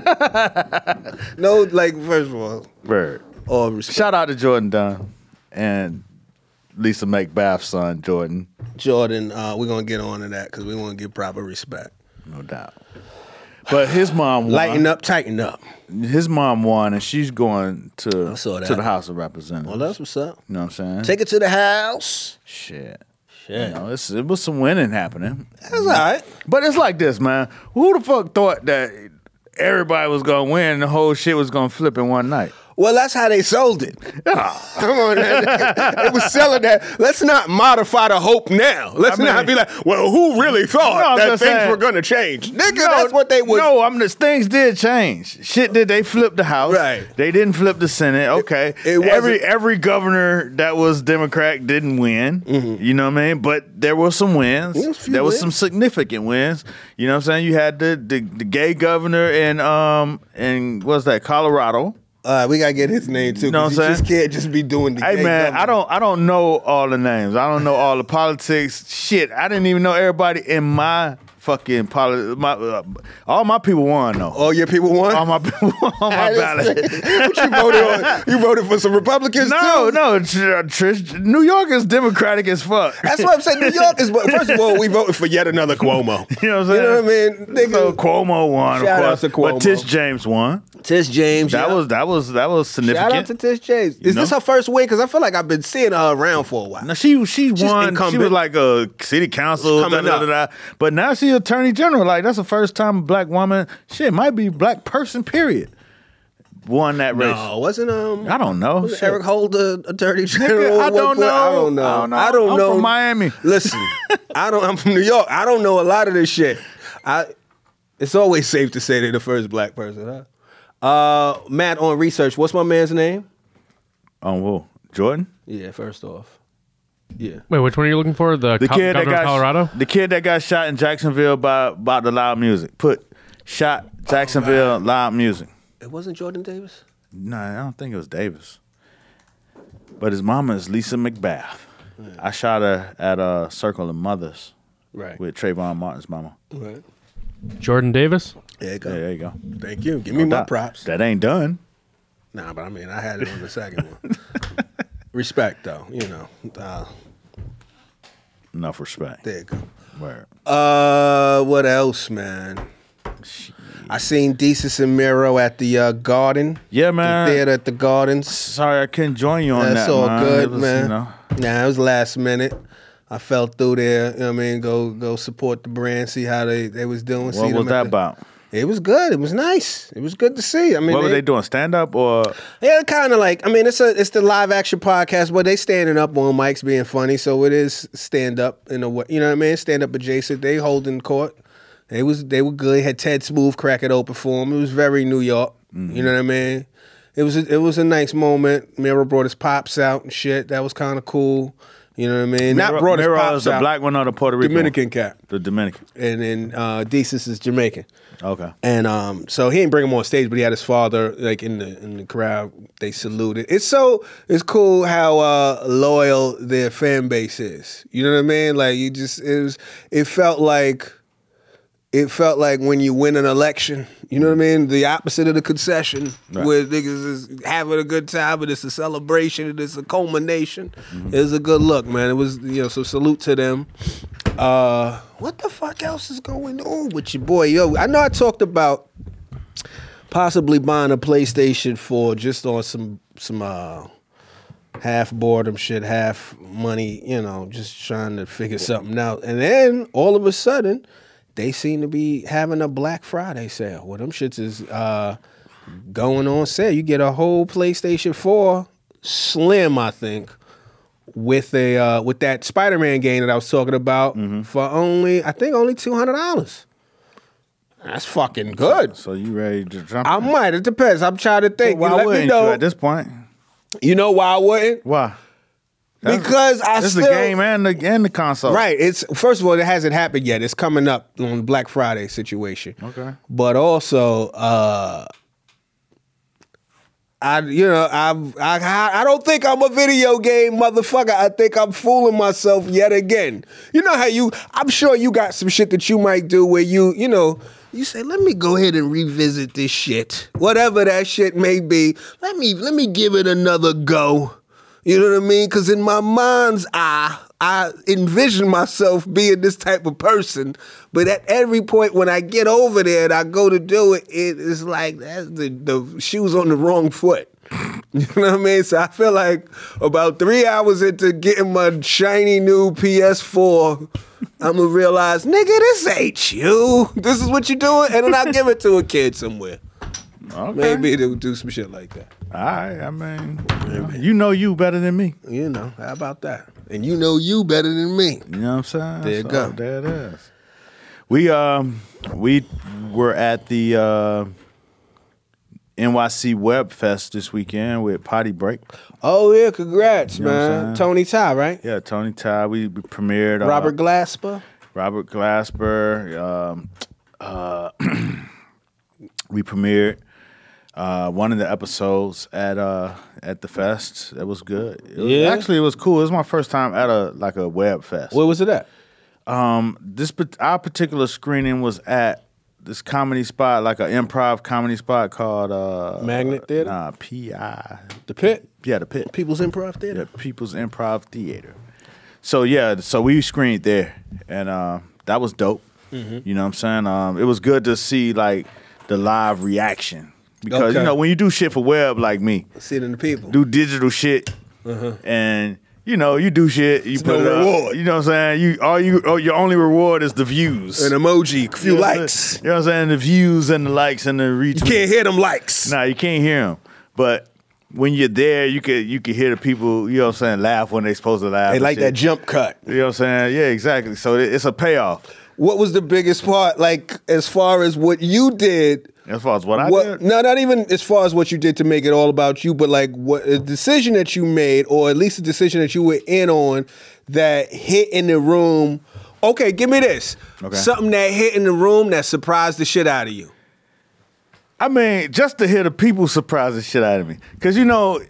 no, like first of all,
Bird.
all respect.
Shout out to Jordan Dunn and Lisa McBath's son, Jordan.
Jordan, uh, we're gonna get on to that because we want to give proper respect.
No doubt. But his mom won.
Lighten up, tighten up.
His mom won, and she's going to
saw that.
to the House of Representatives.
Well, that's what's up.
you know what I'm saying?
Take it to the house.
Shit. Shit. You know, it's, it was some winning happening.
That's all right.
But it's like this, man. Who the fuck thought that everybody was going to win and the whole shit was going to flip in one night?
Well, that's how they sold it. Come on, now. it was selling that. Let's not modify the hope now. Let's
I mean-
not be like, well, who really
No, I'm
thought that
just
things
saying-
were gonna change, nigga? that's what they was.
No, I'm just things did change. Shit did they flip the House.
Right.
They didn't flip the Senate. Okay.
it wasn't-
every every governor that was Democrat didn't win. You know what I mean? But there were some wins.
Mm-hmm. There was a few
there was
wins.
some significant wins. You know what I'm saying? You had the the, the gay governor in um in what's that, Colorado.
Uh, we gotta get his name too.
Know what
'cause
I'm
he just
saying?
can't just be doing the.
Hey
gay
man,
government.
I don't I don't know all the names. I don't know all the politics. Shit, I didn't even know everybody in my fucking politics. My uh, all my people won though.
All your people won.
on my on my ballot.
but you voted on. You voted for some Republicans
No,
too.
no, Tr- uh, Trish. New York is democratic as fuck.
That's what I'm saying. New York is. First of all, we voted for yet another Cuomo.
You know what I'm saying?
You know what I mean? Nigga,
So Cuomo won,
Shout
of
out
course,
to
but
Cuomo.
Tish James won.
Tish James.
That
yeah.
was that was that was significant.
Shout out to Tish James. Is this
know?
her first win? Because I feel like I've been seeing her around for a while.
now she she won. She
incumbent.
was like a city council, da,
coming
da, da, da, but now she attorney general. Like that's the first time a black woman. Shit, might be black person. Period. Won that race.
No, wasn't um.
I don't know.
was
Shit.
Eric Holder, Attorney General.
I
at one
don't
point? I
know.
don't know.
I don't know.
I don't
I'm
know.
from Miami.
Listen, I don't. I'm from New York. I don't know a lot of this shit. I. It's always safe to say they're the first black person, huh? Uh, Matt on research. What's my man's name?
On Oh, who? Jordan.
Yeah, first off. Yeah.
Wait, which one are you looking for? The,
The
co-
kid that
governor
got
of Colorado?
the kid that got shot in Jacksonville by by the loud music. Put shot Jacksonville
Oh,
loud music.
It wasn't Jordan Davis?
No, I don't think it was Davis. But his mama is Lisa McBath. I shot her at a Circle of Mothers
Right.
with Trayvon Martin's mama.
Right.
Jordan Davis?
There you go.
Yeah, there you go.
Thank you. Give me my
That-
props.
That ain't done.
Nah, but I mean, I had it on the second one. Respect, though. You know. Uh,
Enough respect.
there you go.
Word.
Uh, what else, man? I seen Desus and Miro at the uh, Garden.
Yeah,
The
man.
theater at the Gardens.
Sorry, I couldn't join you on
That's
that.
all
man.
good,
It was,
man.
You know,
Nah, it was last minute. I fell through there. You know what I mean, go go support the brand, see how they, they was doing. see
what
them
was
at
that
the-
about?
It was good. It was nice. It was good to see. I mean,
What were
they-
they doing? Stand up or
Yeah, kind of like I mean, it's a it's the live action podcast, but they standing up on mics being funny, so it is stand up in a way. You know what I mean? Stand up adjacent. They holding court. They was they were good. Had Ted Smooth crack it open for him. It was very New York.
Mm-hmm.
You know what I mean? It was a, it was a nice moment. Miro brought his pops out and shit. That was kind of cool. You know what I mean? Not
Miro-
brought his
Miro
pops
is the
out.
black one or the Puerto Rican? one?
Dominican cat,
The Dominican.
and then uh, Desus is Jamaican.
Okay.
And um, so he didn't bring him on stage, but he had his father like in the in the crowd. They saluted. It's so it's cool how uh, loyal their fan base is. You know what I mean? Like you just it was it felt like it felt like when you win an election. You know what I mean? The opposite of the concession, where niggas is having a good time, but it's a celebration and it's a culmination. It was a good look, man. It was you know so salute to them. Uh, what the fuck else is going on with your boy? Yo, I know I talked about possibly buying a PlayStation 4 just on some some uh half boredom shit, half money, you know, just trying to figure something out. And then all of a sudden, they seem to be having a Black Friday sale. Well, them shits is uh going on sale. You get a whole PlayStation 4 slim, I think with a uh, with that Spider-Man game that I was talking about for only I think only two hundred dollars. That's fucking good.
So you ready to jump?
I
in?
might. It depends. I'm trying to think.
Why
Let me
wouldn't you
know.
at this point?
you know why I wouldn't?
Why? That's-
Because I
This is
still
the game and the and the console.
Right. It's first of all, it hasn't happened yet. It's coming up on Black Friday situation.
Okay.
But also, uh I you know I'm I I- I don't think I'm a video game motherfucker. I think I'm fooling myself yet again. You know how you? I'm sure you got some shit that you might do where you you know you say let me go ahead and revisit this shit, whatever that shit may be. Let me let me give it another go. You know what I mean? Because in my mind's eye, I envision myself being this type of person. But at every point when I get over there and I go to do it, it is like that's the, the shoes on the wrong foot. You know what I mean? So I feel like about three hours into getting my shiny new PS4, I'm gonna realize, nigga, this ain't you. This is what you doing, and then I'll give it to a kid somewhere.
Okay.
Maybe they'll do some shit like that.
All right. I mean, you know you better than me.
You know, how about that? And you know you better than me.
You know what I'm saying?
There you
So
go.
There it is. We um we were at the uh, NYC Web Fest this weekend with Potty Break.
Oh yeah, congrats,
know what I'm
man.
saying?
Tony Ty, right?
Yeah, Tony Todd. We we premiered uh,
Robert Glasper.
Robert Glasper. Um, uh, we premiered uh, one of the episodes at uh, at the fest. It was good. It was-
Yeah?
actually, it was cool. It was my first time at a like a web fest.
Where was it at?
this pa- our particular screening was at this comedy spot, like an improv comedy spot called uh,
Magnet Theater?
Nah, PI.
The Pit,
Yeah, the Pit.
People's Improv Theater.
Yeah, People's Improv Theater. So yeah, so we screened there, and uh, that was dope.
Mm-hmm.
You know what I'm saying? Um, it was good to see like the live reaction because
Okay.
you know when you do shit for web like me,
Seeing the people.
do digital shit, and you know you do shit, you put
Uh-huh. no
it up,
reward.
You know what I'm saying? You all you oh, your only reward is the views.
An emoji, a few
You know what I'm
likes.
saying? You know what I'm saying? The views and the likes and the retweets.
You can't hear them likes.
Nah, you can't hear them. But when you're there, you could you could hear the people. You know what I'm saying? Laugh when they supposed to laugh.
They
and
like that
shit.
jump cut.
You know what I'm saying? Yeah, exactly. So it- it's a payoff
What was the biggest part? Like as far as what you did.
as far as what I
What,
did.
no, not even as far as what you did to make it all about you, but like what a decision that you made, or at least a decision that you were in on that hit in the room. Okay, give me this.
Okay.
Something that hit in the room that surprised the shit out of you.
I mean, just to hear the people surprise the shit out of me, because you know,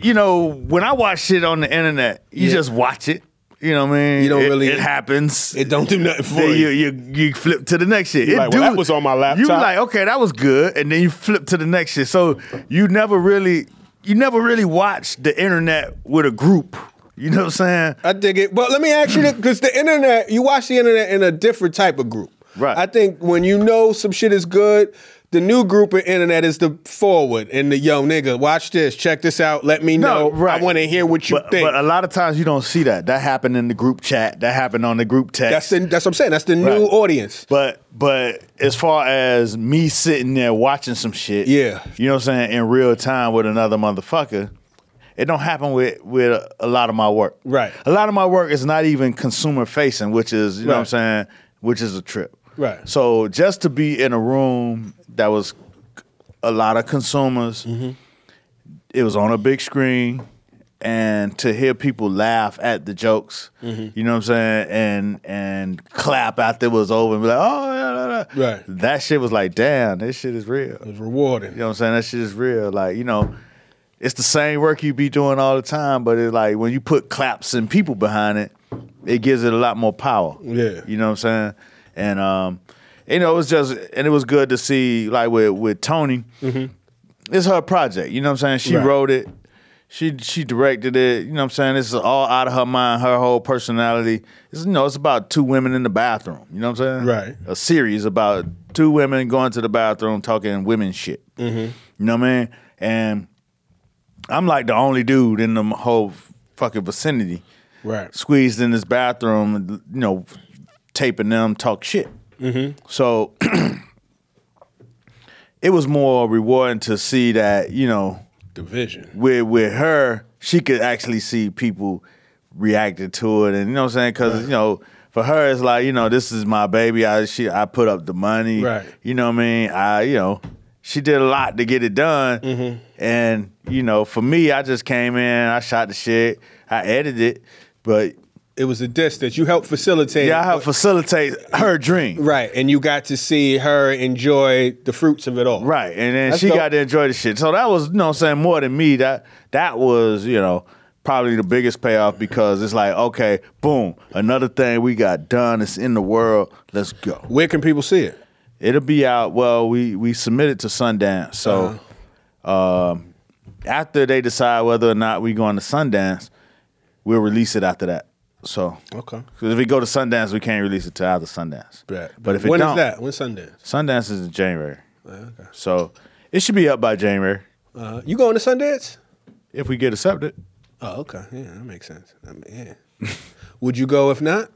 you know, when I watch shit on the internet, you
Yeah.
just watch it. You know what I mean?
You don't
It-
really-
It happens.
It don't do nothing for
Then
you.
you, you you flip to the next shit. It
like, well, that was on my
You
laptop.
like, okay, that was good, and then you flip to the next shit. So you never really, you never really watch the internet with a group. You know what I'm saying?
I dig it. But let me ask you this, because the internet, you watch the internet in a different type of group.
Right.
I think when you know some shit is good, the new group of internet is the forward and the yo nigga. Watch this. Check this out. Let me know. I want to hear what you
but,
think.
But a lot of times you don't see that. That happened in the group chat. That happened on the group text.
that's the, that's what I'm saying. That's the
Right.
new audience.
But but as far as me sitting there watching some shit,
Yeah.
you know what I'm saying, in real time with another motherfucker, it don't happen with with a, a lot of my work.
Right.
A lot of my work is not even consumer facing, which is you know what I'm
Right.
saying, which is a trip.
Right.
So just to be in a room that was a lot of consumers,
Mm-hmm.
it was on a big screen. And to hear people laugh at the jokes,
Mm-hmm.
you know what I'm saying, and and clap after it was over and be like, oh, yeah, yeah, yeah."
Right. Mm-hmm.
That shit was like, damn, this shit is real.
It's rewarding.
You know what I'm saying? That shit is real. Like, you know, it's the same work you be doing all the time, but it's like when you put claps and people behind it, it gives it a lot more power.
Yeah.
You know what I'm saying? And um, you know, it was just and it was good to see like with with Tony, it's her project. You know what I'm saying? She
Right.
wrote it, she she directed it, you know what I'm saying? This is all out of her mind, her whole personality. It's you know, it's about two women in the bathroom. You know what I'm saying?
Right.
A series about two women going to the bathroom talking women shit.
Mm-hmm.
You know what I mean? And I'm like the only dude in the whole fucking vicinity
Right.
squeezed in this bathroom, you know, taping them talk shit. So it was more rewarding to see that you know
Division.
with with her, she could actually see people reacted to it, and you know what I'm saying? Because you know, for her, it's like you know, this is my baby. I she I put up the money,
Right.
You know what I mean? I you know, she did a lot to get it done, and you know, for me, I just came in, I shot the shit, I edited it, but
It was a distance. You helped facilitate.
yeah, I
it.
helped facilitate her dream.
Right, and you got to see her enjoy the fruits of it all.
Right. And then
That's
she
dope.
got to enjoy the shit. So that was, you know what I'm saying, more than me. That that was, you know, probably the biggest payoff because it's like, okay, boom, another thing we got done. It's in the world. Let's go.
Where can people see it?
It'll be out. Well, we we submitted to Sundance. So
Uh-huh.
um, after they decide whether or not we going to Sundance, we'll release it after that. So
Okay.
Because if we go to Sundance, we can't release it till after Sundance. But if it
when is
don't-
that? When Sundance?
Sundance is in January. So it should be up by January
Uh, you going to Sundance?
if we get accepted.
Oh, okay. Yeah, that makes sense. I mean, yeah. Would you go if not?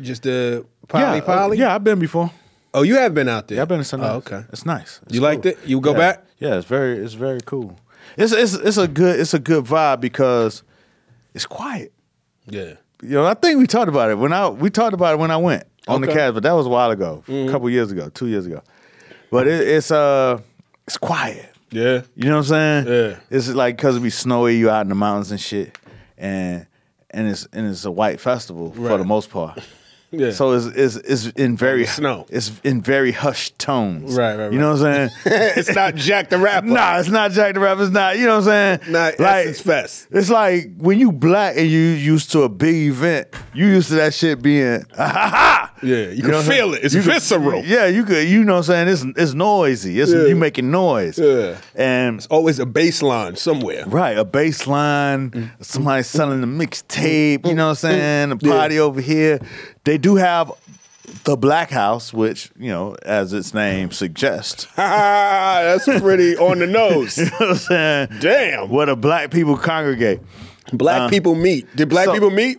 Just a poly
yeah, uh,
poly.
yeah, I've been before.
Oh, you have been out there.
Yeah, I've been to Sundance.
Oh, okay.
It's nice. It's
You liked it? You go
Yeah.
back?
Yeah, it's very it's very cool. It's it's it's a good it's a good vibe because it's quiet.
Yeah.
You know, I think we talked about it when I we talked about it when I went on the
Okay. Mm-hmm.
cast, but that was a while ago, a couple years ago, two years ago. But it, it's uh it's quiet.
Yeah.
You know what I'm saying?
Yeah.
It's like because it be snowy, you out in the mountains and shit, and and it's and it's a white festival for
Right.
the most part.
Yeah.
So it's, it's it's in very
Snow.
It's in very hushed tones.
Right, right,
You know what I'm saying?
it's not Jack the Rapper.
nah, it's not Jack the Rapper. It's not. You know what I'm saying?
Not Essence Fest.
It's like when you black and you used to a big event. You used to that shit being ah, ha ha.
Yeah, you can
know what I'm
feel
saying?
it. It's
You could-
visceral.
yeah, you could. You know what I'm saying? It's it's noisy. It's
Yeah.
you making noise.
Yeah.
And
Always Oh, a baseline somewhere.
Right, a bass line, somebody selling the mixtape, you know what I'm saying? The
Yeah.
party over here. They do have the Black House, which, you know, as its name suggests.
Ah, that's pretty on the nose.
You know what I'm saying?
Damn.
Where the black people congregate.
Black people meet. Did black
so-
people meet?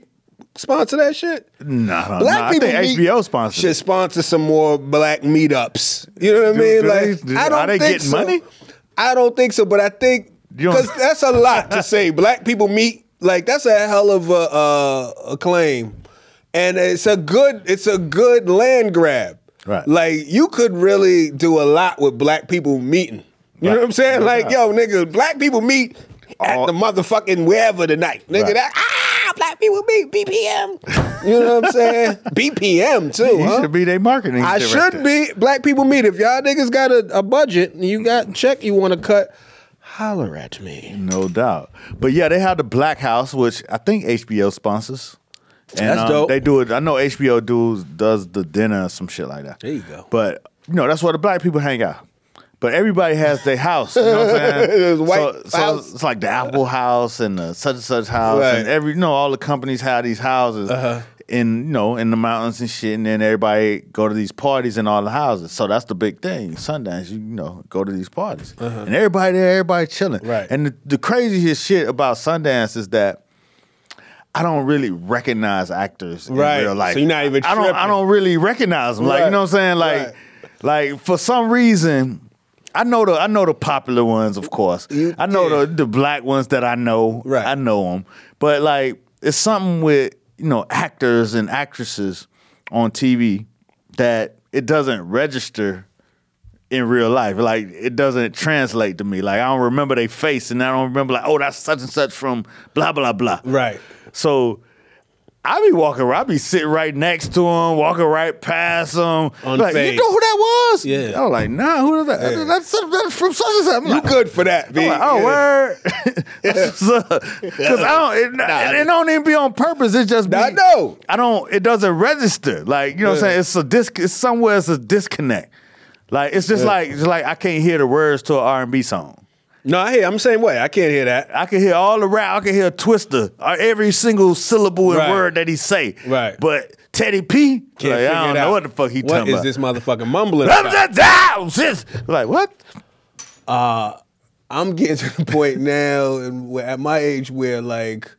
Sponsor that shit.
Nah, nah,
Black
nah,
people
I
meet
think HBO sponsored.
should
it.
sponsor some more black meetups. You know what I
Do-
mean?
do
like,
they- do-
I don't
are they
think
getting
so.
money?
I don't think so, but I think
You don't-
because that's a lot to say. Black people meet like that's a hell of a, uh, a claim, and it's a good it's a good land grab.
Right.
Like you could really do a lot with black people meeting. You know
Right.
what I'm saying?
No
Like,
doubt.
yo, nigga, black people meet at
All-
the motherfucking wherever tonight, nigga.
Right.
That ah, black people meet BPM. You know what I'm saying? BPM too.
You
huh?
should be their marketing.
I
director.
should be black people meet. If y'all niggas got a, a budget and you got check you want to cut, holler at me.
No doubt. But yeah, they have the Black House, which I think HBO sponsors. And, um,
That's dope.
They do it. I know HBO does does the dinner or some shit like that.
There you go.
But you know, that's where the black people hang out. But everybody has their house. You know what I'm saying?
It's white
so, so
house.
it's like the Apple house and the such and such house
Right. Uh-huh.
and every you know, all the companies have these houses. in you know in the mountains and shit, and then everybody go to these parties in all the houses. So that's the big thing. Sundance, you, you know, go to these parties, and everybody there, everybody chilling.
Uh-huh. Right.
And the, the craziest shit about Sundance is that. I don't really recognize actors in
Right.
real life.
So you're not even
I don't. I
tripping.
don't really recognize them. Like
Right.
you know what I'm saying. Like,
Right.
like for some reason, I know the I know the popular ones, of course.
You-
I know
yeah.
the the black ones that I know.
Right.
I know them. But like, it's something with you know actors and actresses on TV that it doesn't register in real life. Like it doesn't translate to me. Like I don't remember their face, and I don't remember like, oh, that's such and such from blah blah blah.
Right.
So I be walking around, I be sitting right next to him, walking right past him. Like, you
Unfazed.
know who that was?
Yeah.
I'm like, nah, who is that? That's, that's from such and such. I'm
You
like,
good for that,
I'm
B.
like, oh,
Yeah.
word. Because I don't, it, it, it don't even be on purpose. It just be,
I know.
I don't, it doesn't register. Like, you know what I'm saying? It's a disc, it's somewhere it's a disconnect. Like, it's just like, it's like I can't hear the words to an R&B song.
No, I hear. I'm the same way. I can't hear that.
I can hear all the rap. I can hear Twister, uh, every single syllable and
Right.
word that he say.
Right.
But Teddy P,
Can't
like,
figure
I
it
don't know
out.
what the fuck he
What
talking
is
about.
this motherfucker mumbling?
Blah,
about?
blah, blah, sis. like what?
I'm getting to the point now, and where- at my age, where like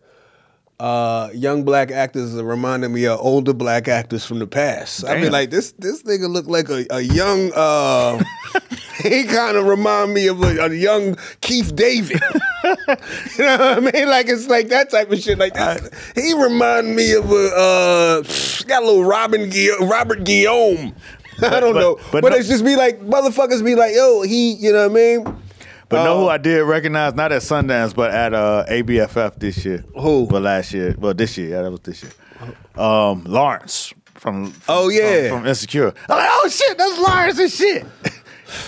uh, young black actors are reminding me of older black actors from the past. I be
Damn.
like, this this nigga look like a, a young. Uh, he kind of remind me of a, a young Keith David. you know what I mean? Like it's like that type of shit. Like this, he remind me of a uh, got a little Robin Guilla- Robert Guillaume. I don't
but-
know,
but
but,
no-
it's just be like motherfuckers be like, yo, he, you know what I mean?
But know who
Uh,
I did recognize? Not at Sundance, but at uh, ABFF this year.
Who?
But last year. Well, this year. Yeah, that was this year. Um, Lawrence from, from-
Oh, yeah.
from, from Insecure. I'm like, oh shit, that's Lawrence and shit.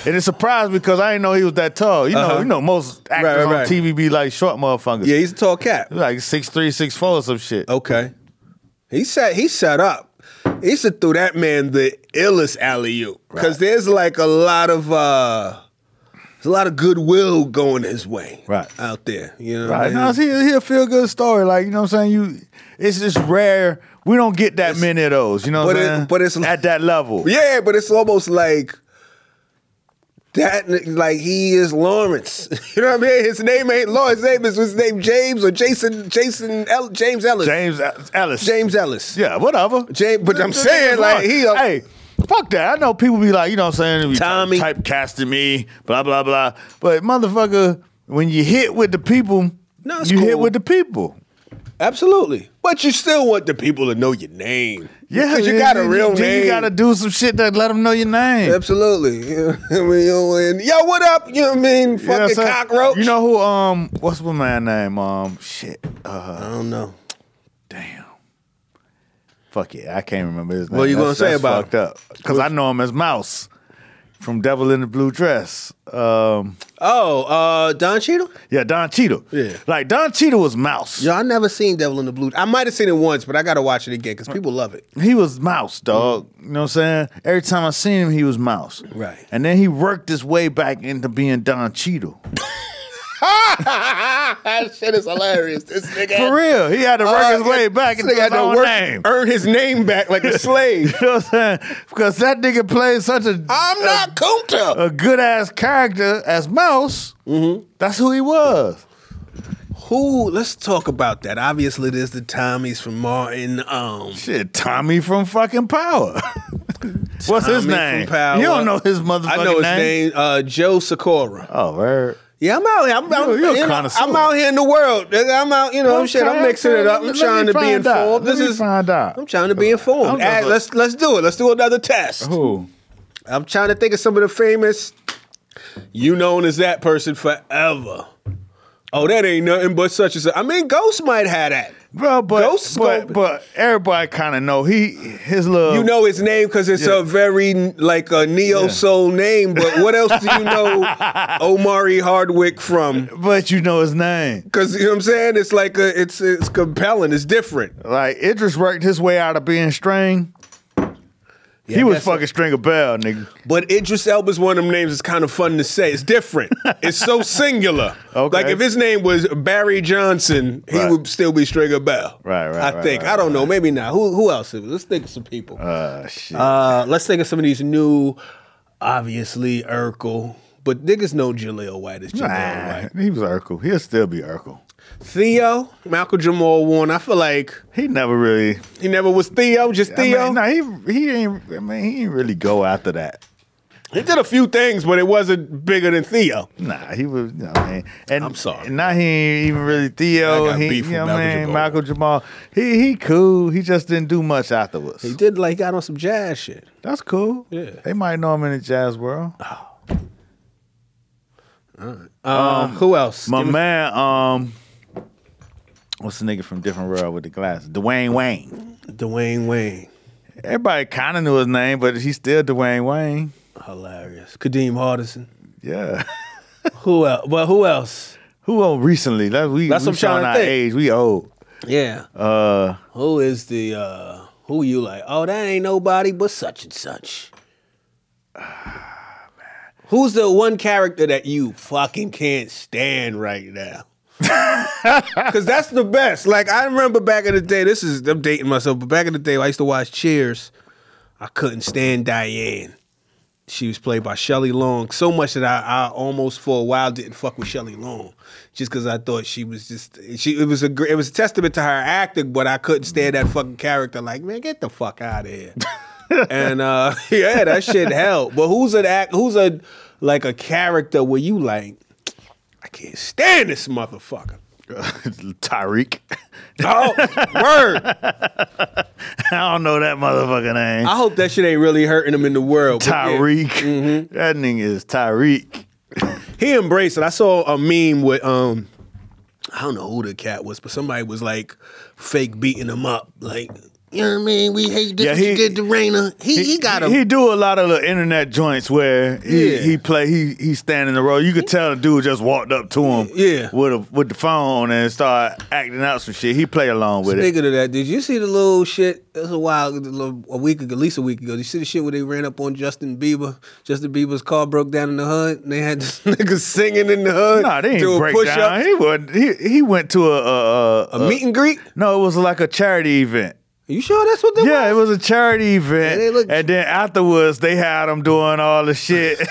and it surprised me because I didn't know he was that tall. You know,
Uh-huh.
you know, most actors
Right, right,
on
right.
TV be like short motherfuckers.
Yeah, Oh, he's a tall cat.
like six three, six four, or some shit.
Okay. He sat he sat up. He should threw that man the illest alley oop. Cause there's like a lot of uh there's a lot of goodwill going his way.
Right.
Out there. You know what I
Right.
mean?
No, see, he a feel good story. Like you know what I'm saying. You, it's just rare. We don't get that many of those. You know what
but
I'm
it-
saying.
but it's-
at that level.
Yeah, but it's almost like that n- like he is Lawrence. You know what I mean? His name ain't Lawrence, his name is his name James or Jason Jason El, James Ellis.
James Ellis.
James Ellis.
Yeah, whatever.
James- but I'm
This
saying,
nigga's
like,
wrong.
he a-
hey, fuck that. I know people be like, you know what I'm saying? Be
Tommy.
typecasting me, blah blah blah. But motherfucker, when you hit with the people,
No, it's
you hit
cool.
with the people.
Absolutely. But you still want the people to know your name.
Yeah,
'Cause you got a real
you,
name.
You got to do some shit that let them know your name.
Absolutely. You know what I mean? You know, and, Yo, what up? You know what I mean?
You know what I'm
Fucking
saying?
cockroach.
You know who? Um, what's my man name? Um, shit. Uh,
I don't know.
damn. Fuck it, I can't remember his name.
What you
That's-
gonna say
that's
about
fucked up? Because I know him as Mouse from Devil in the Blue Dress. Um,
Oh, uh, Don Cheadle?
yeah, Don Cheadle.
Yeah.
like Don Cheadle was Mouse.
Yo, I never seen Devil in the Blue. I might have seen it once, but I gotta watch it again because people love it.
He was Mouse, dog. You know what I'm saying? Every time I seen him, he was Mouse.
Right.
And then he worked his way back into being Don Cheadle.
that shit is hilarious. This nigga
For real, he had to work his way back
Uh, This
into
nigga
his
had to
own
work,
name.
earn his name back like a slave.
You know what I'm saying? Because that nigga played such a
I'm not Kunta.
a good ass character as Mouse,
Mm-hmm.
that's who he was.
Who? Let's talk about that. Obviously, there's the Tommies from Martin. Um,
Shit, Tommy from fucking Power. What's his
Tommy
name?
from Power.
You don't know his motherfucking
I know his name, uh, Joe Sakura.
Oh, word.
Yeah, I'm out here. I'm, I'm,
You're- you're a
you know,
connoisseur.
I'm out here in the world. nigga. I'm out, you know,
Okay,
shit. I'm mixing
okay.
it up. I'm
Let me
trying to be
find out.
informed.
Let
This
me
is
find out.
I'm trying to be
I'm
informed.
just
Hey,
like-
let's let's do it. Let's do another test.
Who?
I'm trying to think of some of the famous. You known as that person forever. Oh, that ain't nothing but such and such. I mean, Ghost might have that.
Bro, but
Ghost
but,
Scope.
but everybody kind of know he his little.
You know his name because it's
Yeah.
a very like a neo soul name. But what else do you know Omari Hardwick from?
but you know his name.
Because you know what I'm saying. It's like a, it's it's compelling. It's different.
Like Idris worked his way out of being string.
Yeah,
he
I
was
guess
fucking Stringer Bell, nigga.
But Idris Elba's one of them names is kind of fun to say. It's different. it's so singular.
Okay.
Like if his name was Barry Johnson, he
Right.
would still be Stringer Bell.
Right, right,
I
right,
think.
right,
I don't
right.
know. Maybe not. Who who else? It was? Let's think of some people.
Uh, shit.
Uh, let's think of some of these new, obviously Urkel. But niggas know Jaleel White is Jaleel
nah,
White.
he was Urkel. He'll still be Urkel.
Theo, Malcolm Jamal Warren. I feel like
He never really.
he never was Theo, just Theo.
I mean, no, he he ain't. I mean, he didn't really go after that.
He did a few things, but it wasn't bigger than Theo.
Nah, he was. You know, what I mean, and
I'm sorry.
and Now he ain't even really Theo.
I got
he,
beef
you
with
know what I
Malcolm
mean?
Jamal.
Michael Jamal. He he cool. He just didn't do much afterwards.
He did like got on some jazz shit.
That's cool.
Yeah.
They might know him in the jazz world.
Uh, who else?
Um, My
Give me-
man, um, what's the nigga from different world with the glasses? Dwayne Wayne.
Dwayne Wayne.
Everybody kind of knew his name, but he's still Dwayne Wayne.
Hilarious. Kadeem Hardison.
Yeah.
Who else? Well, who else?
Who old recently? That we
That's
we
what I'm trying
showing
to
our
think.
age. We old.
Yeah.
Uh,
who is the uh who you like? Oh, that ain't nobody but such and such. Who's the one character that you fucking can't stand right now? Cause that's the best. Like I remember back in the day, this is I'm dating myself, but back in the day I used to watch Cheers. I couldn't stand Diane. She was played by Shelley Long so much that I, I almost for a while didn't fuck with Shelley Long just because I thought she was just she it was a gr- it was a testament to her acting, but I couldn't stand that fucking character. Like man, get the fuck out of here. and uh, yeah, that shit helped. But who's an act? Who's a like a character where you like? I can't stand this motherfucker.
Tyreek.
Oh, word!
I don't know that motherfucker name.
I hope that shit ain't really hurting him in the world. but yeah.
Tyreek.
Mm-hmm.
That nigga is Tyreek.
he embraced it. I saw a meme with um, I don't know who the cat was, but somebody was like fake beating him up, like you know what I mean. We hate this
Yeah,
what you
he-
did to Raina. He he, got him.
He do a lot of the internet joints where he,
Yeah.
he play he he stand in the row. You could tell the dude just walked up to him
Yeah.
with a, with the phone and started acting out some shit. He play along with it.
Speaking of that, did you see the little shit? It was a while, a little- a week ago, at least a week ago. You see the shit where they ran up on Justin Bieber. Justin Bieber's car broke down in the hood, and they had this nigga singing in the hood.
Nah, they didn't
doing
break down. He, would, he he went to a, a, a,
A meet and greet?
no, it was like a charity event.
You sure that's what they
Yeah, it
was?
was a charity event,
they look-
and then afterwards they had him doing all the shit.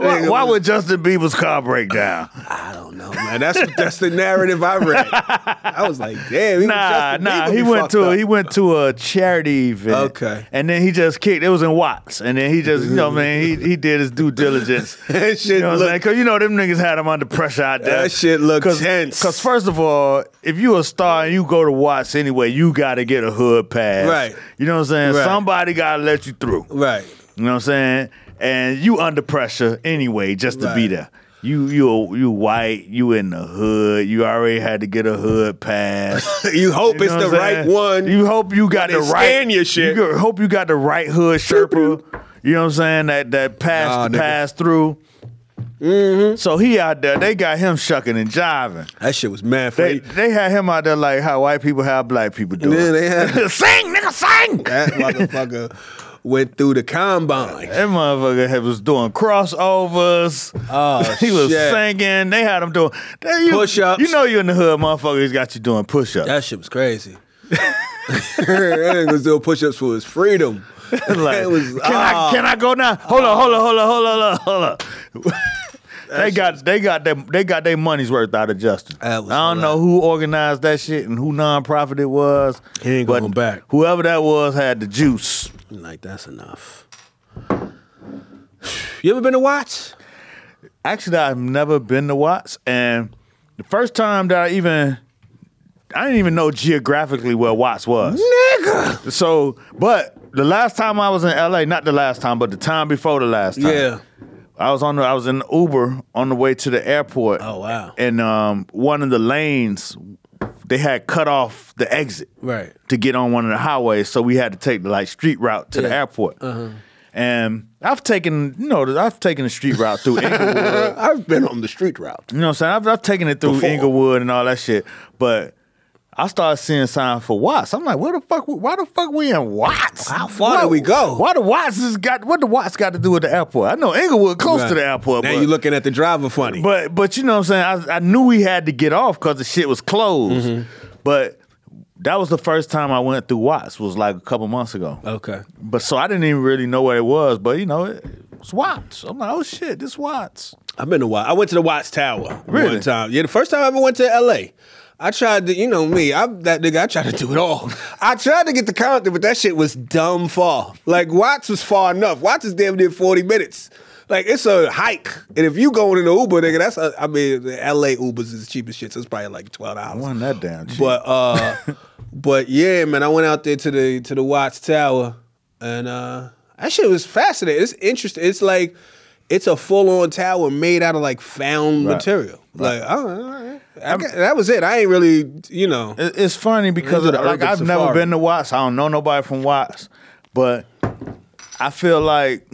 why,
nigga
why
was-
would Justin Bieber's car break down?
I don't know, man. That's that's the narrative I read. I was like, damn. even
Nah,
Justin
nah.
Bieber
He
be
went
fucked
to
up.
a, he went to a charity event.
Okay.
And then he just kicked. It was in Watts, and then he just you know man he he did his due diligence.
That shit
you know what I'm
look-
saying? Cause you know them niggas had him under pressure out there.
That shit look
Cause,
tense.
Cause first of all, if you a star and you go to Watts anyway, you got to get a hood pass.
Right.
You know what I'm saying?
Right.
Somebody got to let you through.
right.
You know what I'm saying? And you under pressure anyway, just to be
Right.
there. You you you white. You in the hood. You already had to get a hood pass.
You hope
You
it's
know
the
what I'm
right
saying?
one.
You hope you got
they
the right.
scan your shit.
You go- hope you got the right hood Sherpa. You know what I'm saying? That that pass
Nah, nigga. Mm-hmm.
pass through. So he out there. They got him shucking and jiving.
that shit was mad
They
funny.
they had him out there like how white people how black people do.
Yeah,
it.
they had-
sing, nigga, sing.
That motherfucker went through the combine.
That motherfucker had, was doing crossovers.
Oh,
he was
shit.
singing. They had him doing they- you,
Push-ups.
You know you in the hood, motherfuckers got you doing push ups.
That shit was crazy. that nigga was doing push-ups for his freedom.
like,
it was,
can I
ah.
can I go now? Hold on, hold on, hold on, hold on, hold on, hold on. they got they got them they got their money's worth out of Justin.
That was
I don't know who
hilarious.
organized that shit and who nonprofit it was.
He ain't
but
going back.
Whoever that was had the juice.
Like that's enough. You ever been to Watts?
actually I've never been to Watts, and the first time that I even I didn't even know geographically where Watts was.
Nigga.
So, but the last time I was in LA, not the last time, but the time before the last time.
Yeah.
I was on the, I was in Uber on the way to the airport.
Oh, wow.
And um, one of the lanes they had cut off the exit
Right.
to get on one of the highways, so we had to take the like street route to the
Yeah. Uh-huh.
airport. And I've taken you know I've taken the street route through Inglewood.
I've been on the street route.
You know what I'm saying? I've, I've taken it through
Before.
Inglewood and all that shit, but I started seeing signs for Watts. I'm like, where the fuck? Why the fuck we in Watts?
How far
Why-
do we go?
Why the Watts has got? What the Watts got to do with the airport? I know Inglewood close to the airport.
Now
but,
you're looking at the driver funny.
But but you know what I'm saying? I, I knew we had to get off because the shit was closed.
Mm-hmm.
But that was the first time I went through Watts. Was like a couple months ago.
okay.
But so I didn't even really know what it was. But you know, it, it's Watts. I'm like, oh shit, this Watts.
I've been to Watts. I went to the Watts Tower
Really?
one time. Yeah, the first time I ever went to L.A. I tried to, you know me, I'm that nigga. I tried to do it all. I tried to get the counter, but that shit was dumb far. Like Watts was far enough. Watts is damn near forty minutes. Like it's a hike, and if you going in an Uber, nigga, that's a, I mean, the L.A. Ubers is the cheapest shit. So it's probably like twelve dollars.
Wasn't that damn cheap.
But uh but yeah, man, I went out there to the to the Watts Tower and uh that shit was fascinating. It's interesting. It's like it's a full on tower made out of like found
Right.
material. Like I, don't know. I, got- that was it. I ain't really, you know.
It- It's funny because
Those are the
like
urban
I've never
safari.
been to Watts. I don't know nobody from Watts, but I feel like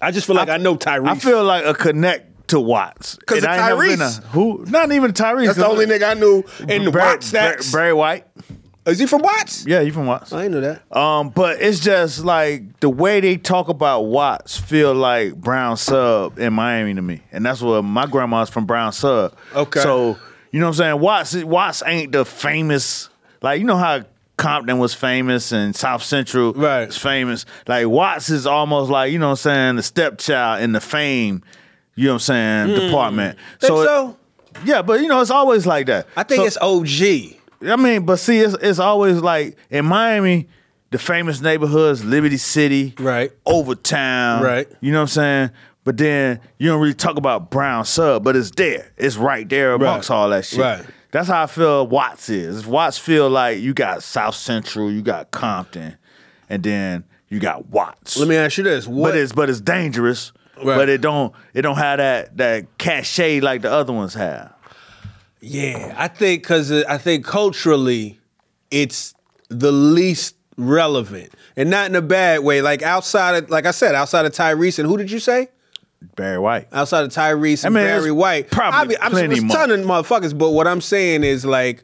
I just feel like I, know Tyrese.
I feel like a connect to Watts
'Cause
And
of
I ain't never been
Tyrese.
to- who? Not even Tyrese.
that's the only nigga I knew in the
Barry-
Watts. That's
Barry, Barry White.
is he from Watts?
Yeah, you from Watts.
I ain't know that.
Um, but it's just like the way they talk about Watts feel like Brown Sub in Miami to me, and that's what my grandma's from Brown Sub.
Okay.
so you know what I'm saying? Watts, Watts ain't the famous like you know how Compton was famous and South Central
Right.
is famous. Like Watts is almost like you know what I'm saying the stepchild in the fame. You know what I'm saying? Department.
Hmm. Think so,
Yeah, but you know it's always like that.
I think
So-
it's OG.
I mean, but see, it's, it's always like in Miami, the famous neighborhoods, Liberty City,
Right.
Overtown,
Right.
You know what I'm saying? But then you don't really talk about Brown Sub, but it's there. It's right there amongst all that shit.
Right.
That's how I feel Watts is. Watts feel like you got South Central, you got Compton, and then you got Watts.
Let me ask you this: What
but it's but it's dangerous.
Right.
But it don't it don't have that that cachet like the other ones have.
Yeah, I think because I think culturally, it's the least relevant, and not in a bad way. Like outside of, like I said, outside of Tyrese and who did you say?
Barry White.
Outside of Tyrese and
mean,
Barry
it's
White,
probably
I'm,
plenty
it's
more.
a ton of motherfuckers. But what I'm saying is like,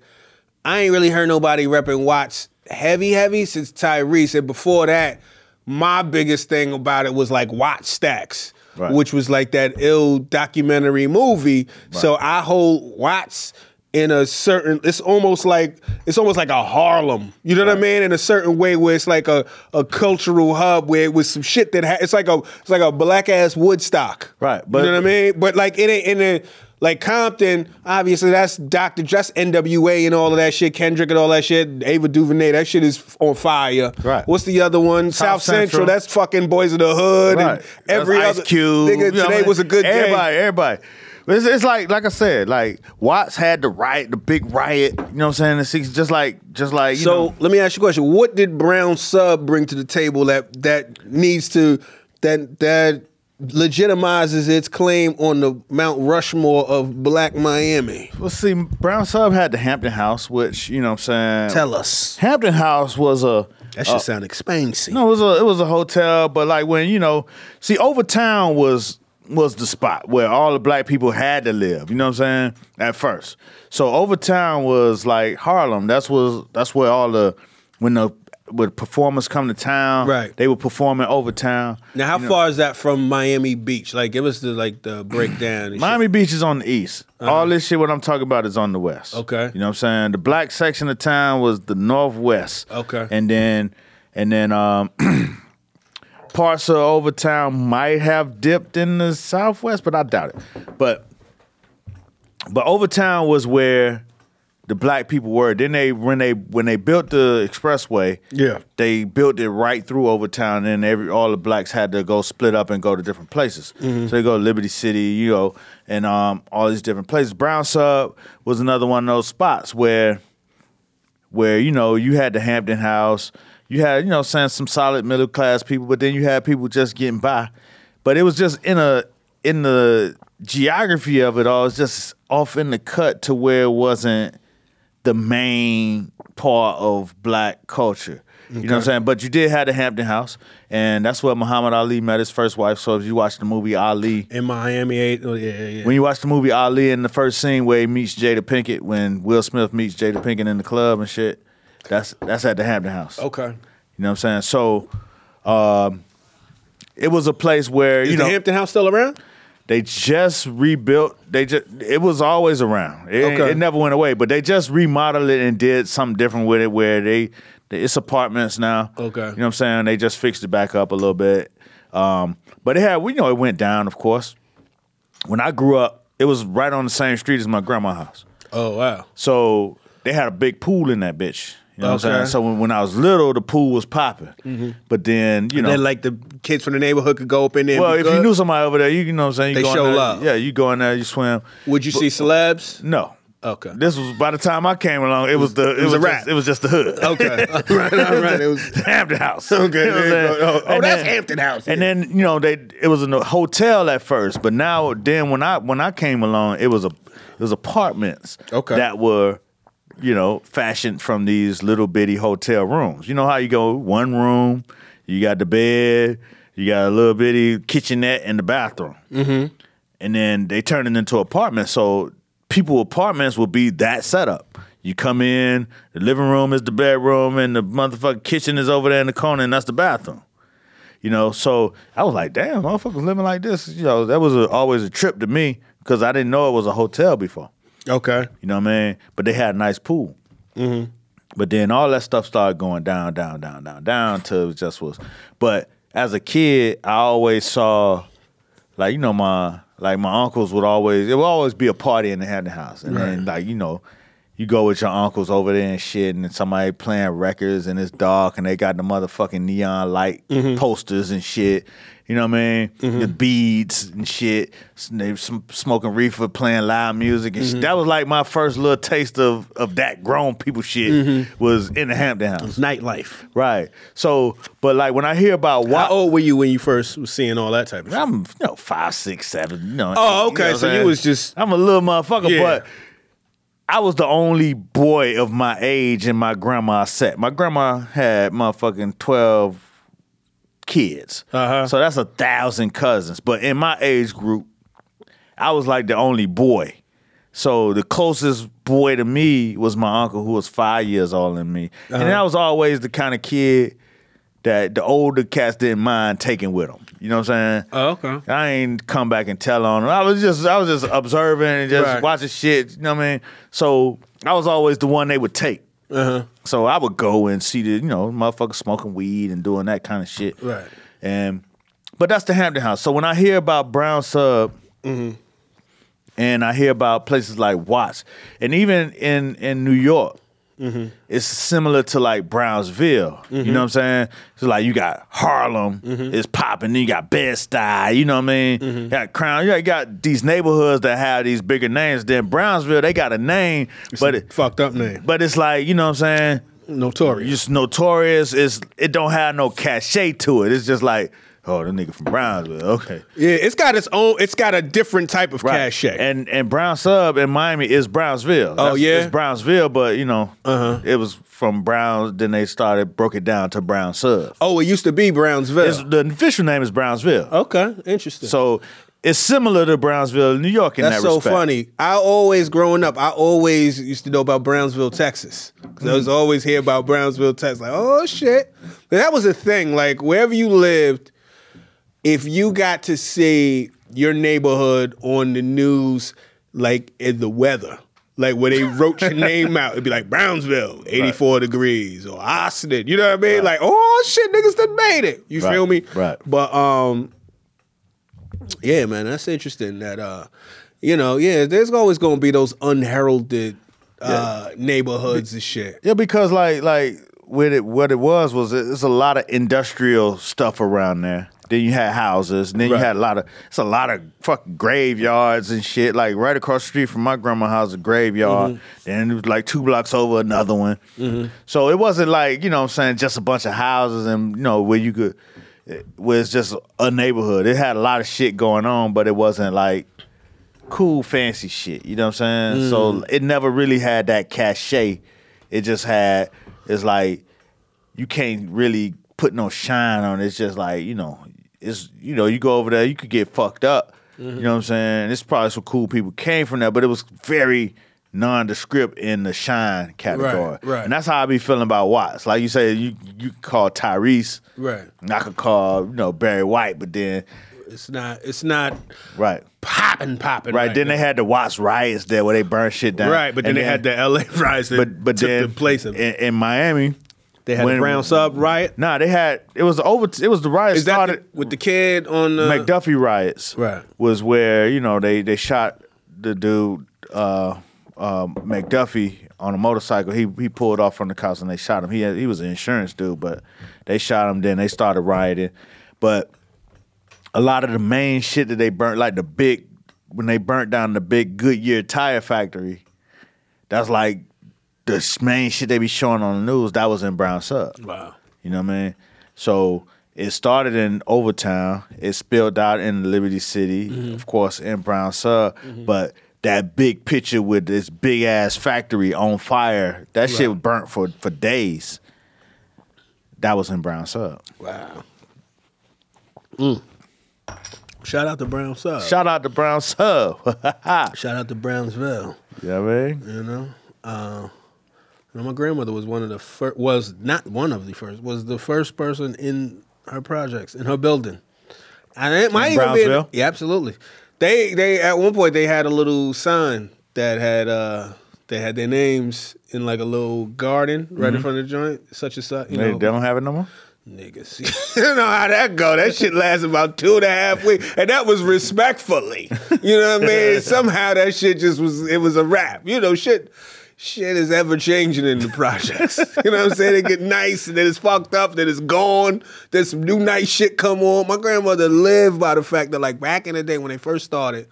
I ain't really heard nobody repping Watts heavy, heavy since Tyrese, and before that, my biggest thing about it was like Watts stacks.
Right.
Which was like that ill documentary movie. So I hold Watts in a certain it's almost like it's almost like a Harlem. You know what I mean? In a certain way where it's like a, a cultural hub where it was some shit that ha- it's like a it's like a black ass Woodstock.
Right,
you
but-
know what I mean? But like it ain't in the like Compton, obviously that's Dr. Just NWA and all of that shit, Kendrick and all that shit, Ava DuVernay, that shit is on fire.
Right.
What's the other one? South, Central.
Central.
that's fucking Boys of the Hood
Right.
and every
That's
other
Ice Cube.
Nigga,
you know
today
what I mean?
was a good
everybody,
day.
Everybody, But It's, it's like, like I said, like Watts had the riot, the big riot. You know what I'm saying? The six, just like, just like, you
So
know,
let me ask you a question. What did Brown Sub bring to the table that that needs to that that legitimizes its claim on the Mount Rushmore of Black Miami?
let's see. Brown Sub had the Hampton House, which you know what I'm saying.
Tell us.
Hampton House was a
That should sound expensive.
no, it was a it was a hotel, but like when you know, see, Overtown was was the spot where all the black people had to live. You know what I'm saying? At first, so Overtown was like Harlem. That's was that's where all the when the when performers come to town,
Right.
They would perform in Overtown.
Now, how
You know,
far is that from Miami Beach? Like, give us the like the breakdown. and Uh-huh.
Miami Beach is on the east. All this shit, what I'm talking about, is on the west.
Okay.
you know what I'm saying? The black section of town was the northwest.
Okay.
and then and then um, parts of Overtown might have dipped in the southwest, but I doubt it. But but Overtown was where the black people were. Then they when they when they built the expressway,
Yeah.
they built it right through Overtown, and every all the blacks had to go split up and go to different places. So they go to Liberty City, you know, and um, all these different places. Brown Sub was another one of those spots where where you know you had the Hampton House, you had you know saying some solid middle class people, but then you had people just getting by. But it was just in a in the geography of it all, it's just off in the cut to where it wasn't the main part of black culture. You know what I'm saying? But you did have the Hampton House, and that's where Muhammad Ali met his first wife. So if you watch the movie Ali,
in Miami. Eight, oh, yeah, yeah, yeah.
when you watch the movie Ali in the first scene where he meets Jada Pinkett, when Will Smith meets Jada Pinkett in the club and shit, that's that's at the Hampton House.
okay.
You know what I'm saying? So um, it was a place where,
Is
you
the
know,
Hampton House still around?
they just rebuilt. They just it was always around. It, ain't-
Okay.
it never went away. But they just remodeled it and did something different with it, where they it's apartments now.
Okay.
you know what I'm saying? They just fixed it back up a little bit. Um, but it had we know it went down, of course. When I grew up, it was right on the same street as my grandma's house.
Oh wow.
So they had a big pool in that bitch. You know what I'm
Okay. Mm-hmm.
saying? So when, when I was little, the pool was popping. But then, you know,
Then like the kids from the neighborhood could go up in there. and
well,
be
if you
good?
knew somebody over there, you, you know what I'm saying? You
They
go in
show
there,
love.
Yeah, you go in there, you swim.
would you see celebs?
No.
Okay.
This was by the time I came along, it was the it, was,
was a
just,
wrap.
it was just the hood.
Okay. all right, all right. It was
Hampton House.
Okay,
You know what I'm
there you
saying?
go. Oh, oh,
And
that's Hampton House.
And then you know they it was in a hotel at first, but now then when I when I came along, it was a it was apartments
Okay.
that were you know fashioned from these little bitty hotel rooms. You know how you go one room, you got the bed, you got a little bitty kitchenette and the bathroom, mm-hmm. and then they turned it into apartments. So people apartments will be that setup. You come in, the living room is the bedroom, and the motherfucking kitchen is over there in the corner, and that's the bathroom. You know, so I was like, damn, motherfuckers living like this. You know, that was a, always a trip to me because I didn't know it was a hotel before.
okay.
You know what I mean? But they had a nice pool. But then all that stuff started going down, down, down, down, down to it was just was. But as a kid, I always saw, like you know, my like my uncles would always it would always be a party in the Hampton house, and then like you know. You go with your uncles over there and shit, and somebody playing records, and it's dark, and they got the motherfucking neon light
Mm-hmm.
posters and shit. You know what I mean? The beads and shit. S- They sm- smoking reefer, playing live music, and
Mm-hmm.
shit. that was like my first little taste of of that grown people shit.
Mm-hmm.
Was in the Hampton House,
Nightlife.
right? So, but like when I hear about why,
How old were you when you first was seeing all that type of shit?
I'm you know five, six, seven. You know.
Oh,
you know
okay,
what I'm
so you
saying?
was just-
I'm a little motherfucker,
Yeah.
but I was the only boy of my age in my grandma's set. My grandma had motherfucking twelve kids,
Uh-huh.
so that's a thousand cousins. But in my age group, I was like the only boy. So the closest boy to me was my uncle, who was five years older than me,
Uh-huh.
and I was always the kind of kid that the older cats didn't mind taking with them. You know what I'm saying?
Oh, okay.
I ain't come back and tell on them. I was just I was just observing and just
Right.
watching shit. You know what I mean? So I was always the one they would take.
Uh-huh.
So I would go and see the you know motherfuckers smoking weed and doing that kind of shit.
Right.
And but that's the Hampton House. So when I hear about Brown Sub.
Mm-hmm.
And I hear about places like Watts, and even in in New York, it's similar to like Brownsville. You know what I'm saying? It's like you got Harlem, it's popping. Then you got Bed Stuy. You know what I mean? You got Crown. You got these neighborhoods that have these bigger names. Then Brownsville, they got a name, but it,
Fucked up name.
but it's like you know what I'm saying?
Notorious.
It's notorious. It's it don't have no cachet to it. It's just like oh, the nigga from Brownsville. Okay,
Yeah, it's got its own. It's got a different type of cachet.
And and Brown Sub in Miami is Brownsville. That's-
Oh, yeah? Uh-huh.
it's Brownsville, but you know, it was from Brown. Then they started broke it down to Brown Sub.
oh, it used to be Brownsville.
It's, the official name is Brownsville,
okay, interesting.
so it's similar to Brownsville, New York, in
That's
that
so
respect.
funny. I always growing up, I always used to know about Brownsville, Texas. 'Cause I was
Mm-hmm.
always hear about Brownsville, Texas. Like, oh shit, But that was a thing. Like wherever you lived, if you got to see your neighborhood on the news, like in the weather. Like where they wrote your name out, it'd be like Brownsville, 84 degrees, or Austin. You know what I mean? Like, oh shit, niggas done made it. You
Right,
feel me?
right.
But um, yeah, man, that's interesting. That uh, you know, yeah, there's always gonna be those unheralded uh neighborhoods and shit.
Yeah, because like like with it, what it was was it, it's a lot of industrial stuff around there. Then you had houses, and then
Right.
you had a lot of it's a lot of fucking graveyards and shit. Like right across the street from my grandma's house, a graveyard. Then it was like two blocks over another one. So it wasn't like you know what I'm saying just a bunch of houses and you know where you could where it's just a neighborhood. It had a lot of shit going on, but it wasn't like cool fancy shit. You know what I'm saying?
Mm.
So it never really had that cachet. It just had it's like you can't really put no shine on. it. It's just like you know, it's you know, you go over there, you could get fucked up.
Mm-hmm.
You know what I'm saying? It's probably some cool people came from there, but it was very nondescript in the shine category.
right.
And that's how I be feeling about Watts. Like you say, you you could call Tyrese,
Right.
And I could call you know Barry White, but then
It's not. It's not
right.
popping, popping.
Right, then
now.
they had the Watts riots there where they burned shit down.
Right, but then
And
they had the L.A. riots that
but but
took
then
the place
in,
of.
in Miami,
They had the
when-
brown sub riot.
Nah, they had it was over. It was the riot
Is that the-
started
with the kid on uh, the
McDuffie riots.
Right.
was where you know they they shot the dude uh, um McDuffie on a motorcycle. He he pulled off from the cops and they shot him. He had, he was an insurance dude, but they shot him. Then they started rioting, but a lot of the main shit that they burnt, like the big when they burnt down the big Goodyear tire factory, that's like the s- main shit they be showing on the news. That was in Brown Sub.
Wow.
You know what I mean? So it started in Overtown. It spilled out in Liberty City,
Mm-hmm.
of course, in Brown Sub. But that big picture with this big ass factory on fire, that shit was burnt for, for days. That was in Brown Sub.
Wow.
Mm.
Shout out to Brown Sub. Shout,
Shout out to Brown Sub.
out to Brownsville.
you know what I mean?
You know, uh, you know, my grandmother was one of the first. Was not one of the first. Was the first person in her projects in her building. And it might
In
even be.
Brownsville?
yeah, absolutely. They they at one point they had a little sign that had uh they had their names in like a little garden right in front of the joint, such and such. You
Mm-hmm. They
know,
don't have it no more?
Niggas. you know how that go. That shit lasts about two and a half weeks. And that was respectfully. You know what I mean? Somehow that shit just was it was a wrap. You know, shit shit is ever changing in the projects. you know what I'm saying? It get nice and then it's fucked up, then it's gone. Then some new nice shit come on. My grandmother lived by the fact that like back in the day when they first started,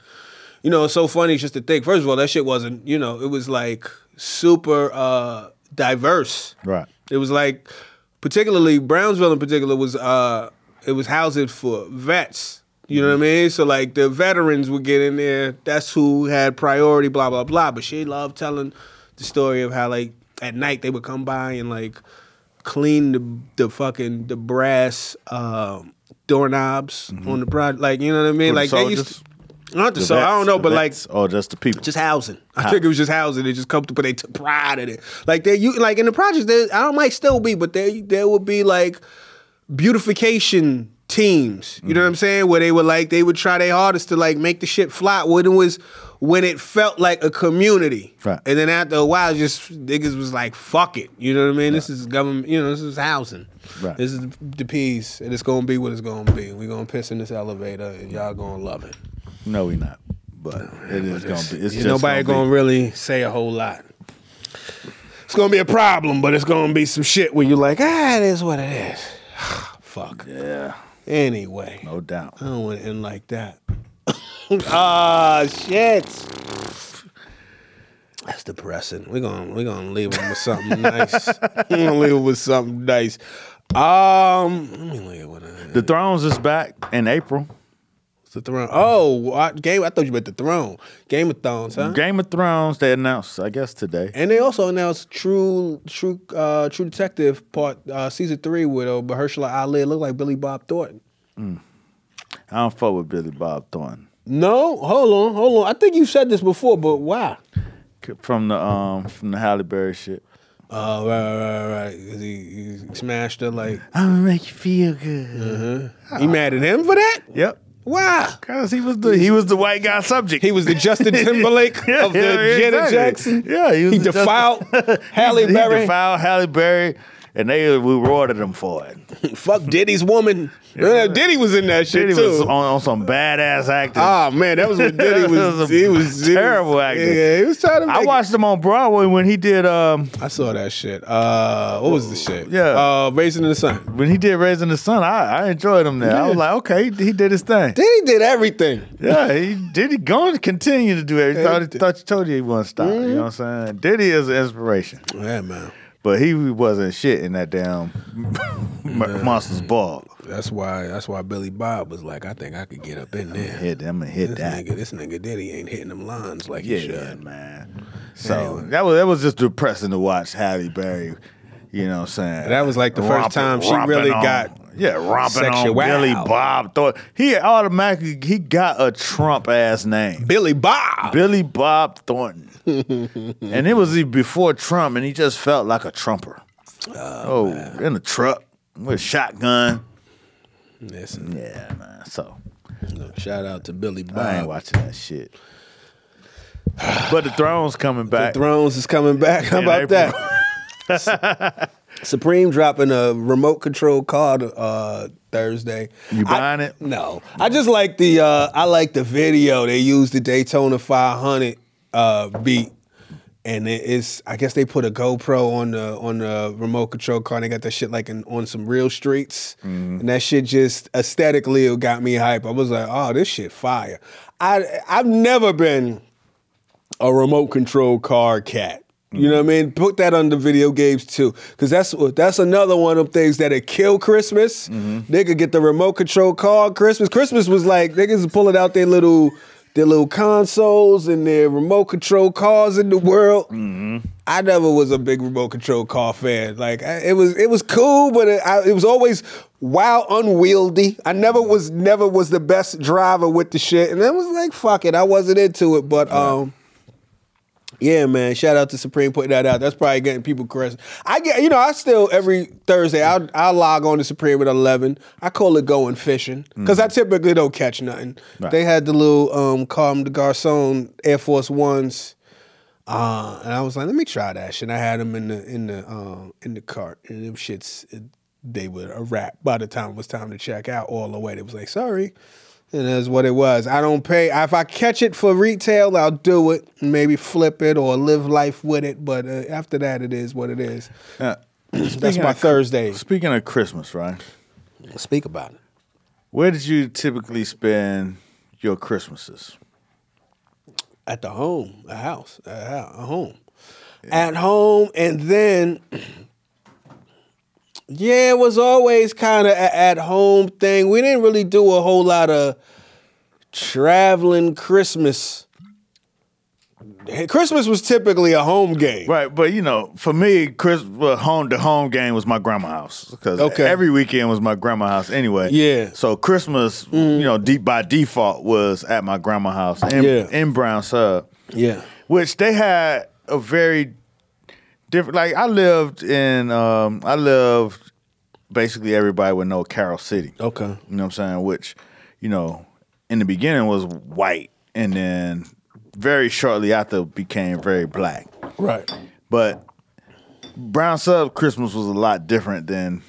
you know, it's so funny just to think. First of all, that shit wasn't, you know, it was like super uh diverse.
Right.
It was like, particularly Brownsville in particular was uh, it was housed for vets. You
Mm-hmm.
know what I mean? So like the veterans would get in there. That's who had priority. Blah blah blah. But she loved telling the story of how like at night they would come by and like clean the the fucking the brass um, doorknobs on the project. Like you know what I mean?
Mm-hmm. For the
like they used
soldiers?
to, not the,
The
so I don't
vets,
know,
the
but like
vets, or just the people.
just housing. I think it was just housing. They just comfortable. They took pride in it. Like they, you like in the projects. There, I don't might still be, but there, there would be like beautification teams. You know what
Mm-hmm.
I'm saying? Where they would like they would try their hardest to like make the shit fly. When it was when it felt like a community,
Right.
and then after a while, just niggas was like, "Fuck it," you know what I mean? This is government. You know, this is housing.
Right.
This is the piece, and it's gonna be what it's gonna be. We gonna piss in this elevator, and y'all gonna love it.
no, we not. But it is going to be. It's
Yeah,
just
nobody
gonna
gonna,
be-
really say a whole lot. It's gonna be a problem, but it's gonna be some shit where you're like, ah, it is what it is. Fuck.
Yeah,
Anyway,
no doubt.
I don't want to end like that. Ah, shit. That's depressing. We're gonna we're gonna leave him with something nice. We're gonna leave him with something nice. Um, let me look at what I,
The Thrones is back in April.
the throne. Oh, I, game. I thought you meant the throne. Game of Thrones, huh?
Game of Thrones, they announced, I guess, today.
And they also announced True True uh, True Detective Part uh, Season Three with uh, Mahershala Ali. It looked like Billy Bob Thornton.
I don't fuck with Billy Bob Thornton.
No, hold on, hold on. I think you said this before, but why?
From the um from the Halle Berry shit.
Oh, right, right, right, right. 'Cause He, he smashed her like
I'm gonna make you feel good.
he mad at him for that.
Yep.
Why?
Cause he was the he was the white guy subject.
He was the Justin Timberlake of the Janet
exactly.
Jackson.
Yeah,
He
the Justin-
defiled Halle
he
Berry.
defiled Halle Berry, and they rewarded him for it.
Fuck Diddy's woman. Diddy was in that shit
Diddy
too.
was on, on some badass acting.
Ah man, that was when Diddy
That
was,
was a
he was he was-
terrible actor.
Yeah, he was trying to. Make
I
it.
watched him on Broadway when he did um
I saw that shit. Uh, what was the shit?
Yeah.
uh, Raising the Sun.
when he did Raising the Sun. I, I enjoyed him there. I was
Yeah.
like, okay, he, he did his thing.
Diddy did everything.
Yeah, he Diddy going to continue to do everything. Thought,
Everything.
thought you told you he wasn't stop. You know
Mm-hmm.
what I'm saying? Diddy is an inspiration,
Yeah, man.
but he wasn't shit in that damn Monsters Ball.
That's why. That's why Billy Bob was like, I think I could get up in there.
Hit I'm gonna hit
This
that.
nigga, this nigga Diddy ain't hitting them lines like
Yeah,
he should.
man. So that was that was just depressing to watch Halle Berry You know what I'm saying?
That was like the first time she
romping
really
on-
got
yeah, romping
sexual.
on Billy Bob Thornton. He automatically he got a Trump ass name.
Billy Bob.
Billy Bob Thornton. and it was even before Trump, and he just felt like a Trumper. Oh, in a truck with a shotgun.
Listen,
Yeah, man. So
shout out to Billy Bob.
I ain't watching that shit. But the throne's coming back.
Thrones is coming back. How
In
about
April.
that? Supreme dropping a remote control car uh, Thursday.
You buying
I- Mm.
it?
No, I just like the uh, I like the video they used the Daytona 500 uh, beat, and it is I guess they put a GoPro on the on the remote control car. and They got that shit like in, on some real streets, and that shit just aesthetically it got me hype. I was like, oh, this shit fire. I I've never been a remote control car cat. You know what I mean? Put that under video games too, because that's that's another one of them things that would kill Christmas. They could get the remote control car Christmas. Christmas was like niggas pulling out their little their little consoles and their remote control cars in the world. I never was a big remote control car fan. Like I, it was, it was cool, but it, I, it was always wow unwieldy. I never was, never was the best driver with the shit, and I was like, fuck it, I wasn't into it. But um, yeah, man, shout out to Supreme putting that out. That's probably getting people crazy. I get, you know, I still every Thursday I I log on to Supreme at eleven. I call it going fishing because I typically don't catch nothing.
Right.
They had the little um, Carm de Garcon Air Force Ones. Uh, and I was like, let me try that shit. And I had them in the in the um, in the cart, and them shits it, they were a wrap by the time it was time to check out. All the way, they was like, sorry, and that's what it was. I don't pay if I catch it for retail, I'll do it, maybe flip it or live life with it. But uh, after that, it is what it is.
Uh,
That's
speaking
my
of-
Thursday.
Speaking of Christmas, right?
Speak about it.
Where did you typically spend your Christmases?
at the home, a house, a, ho- a home, at home, and then yeah, it was always kind of a at home thing. We didn't really do a whole lot of traveling Christmas. Hey, Christmas was typically a home game.
Right, but you know, for me, Chris, well, home the home game was my grandma's house because
Okay.
every weekend was my grandma's house anyway.
Yeah. Mm.
So Christmas, you know, deep by default was at my grandma's house in,
Yeah.
in Brown Sub,
Yeah.
which they had a very different. Like I lived in, um, I lived basically everybody would know Carroll City.
Okay.
You know what I'm saying? Which, you know, in the beginning was white, and then very shortly after became very black.
Right.
But Brown Sub Christmas was a lot different than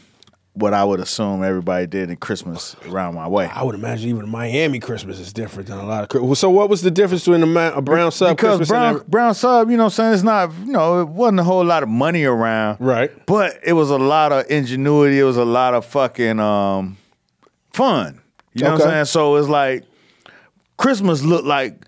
what I would assume everybody did in Christmas around my way.
I would imagine even Miami Christmas is different than a lot of. Chri- So what was the difference between a, ma- a brown sub
Because
Christmas
brown,
and every-
brown sub, you know what I'm saying? It's not, you know, it wasn't a whole lot of money around.
Right.
But it was a lot of ingenuity. It was a lot of fucking um, fun. You know what I'm
Okay.
saying? So it's like Christmas looked like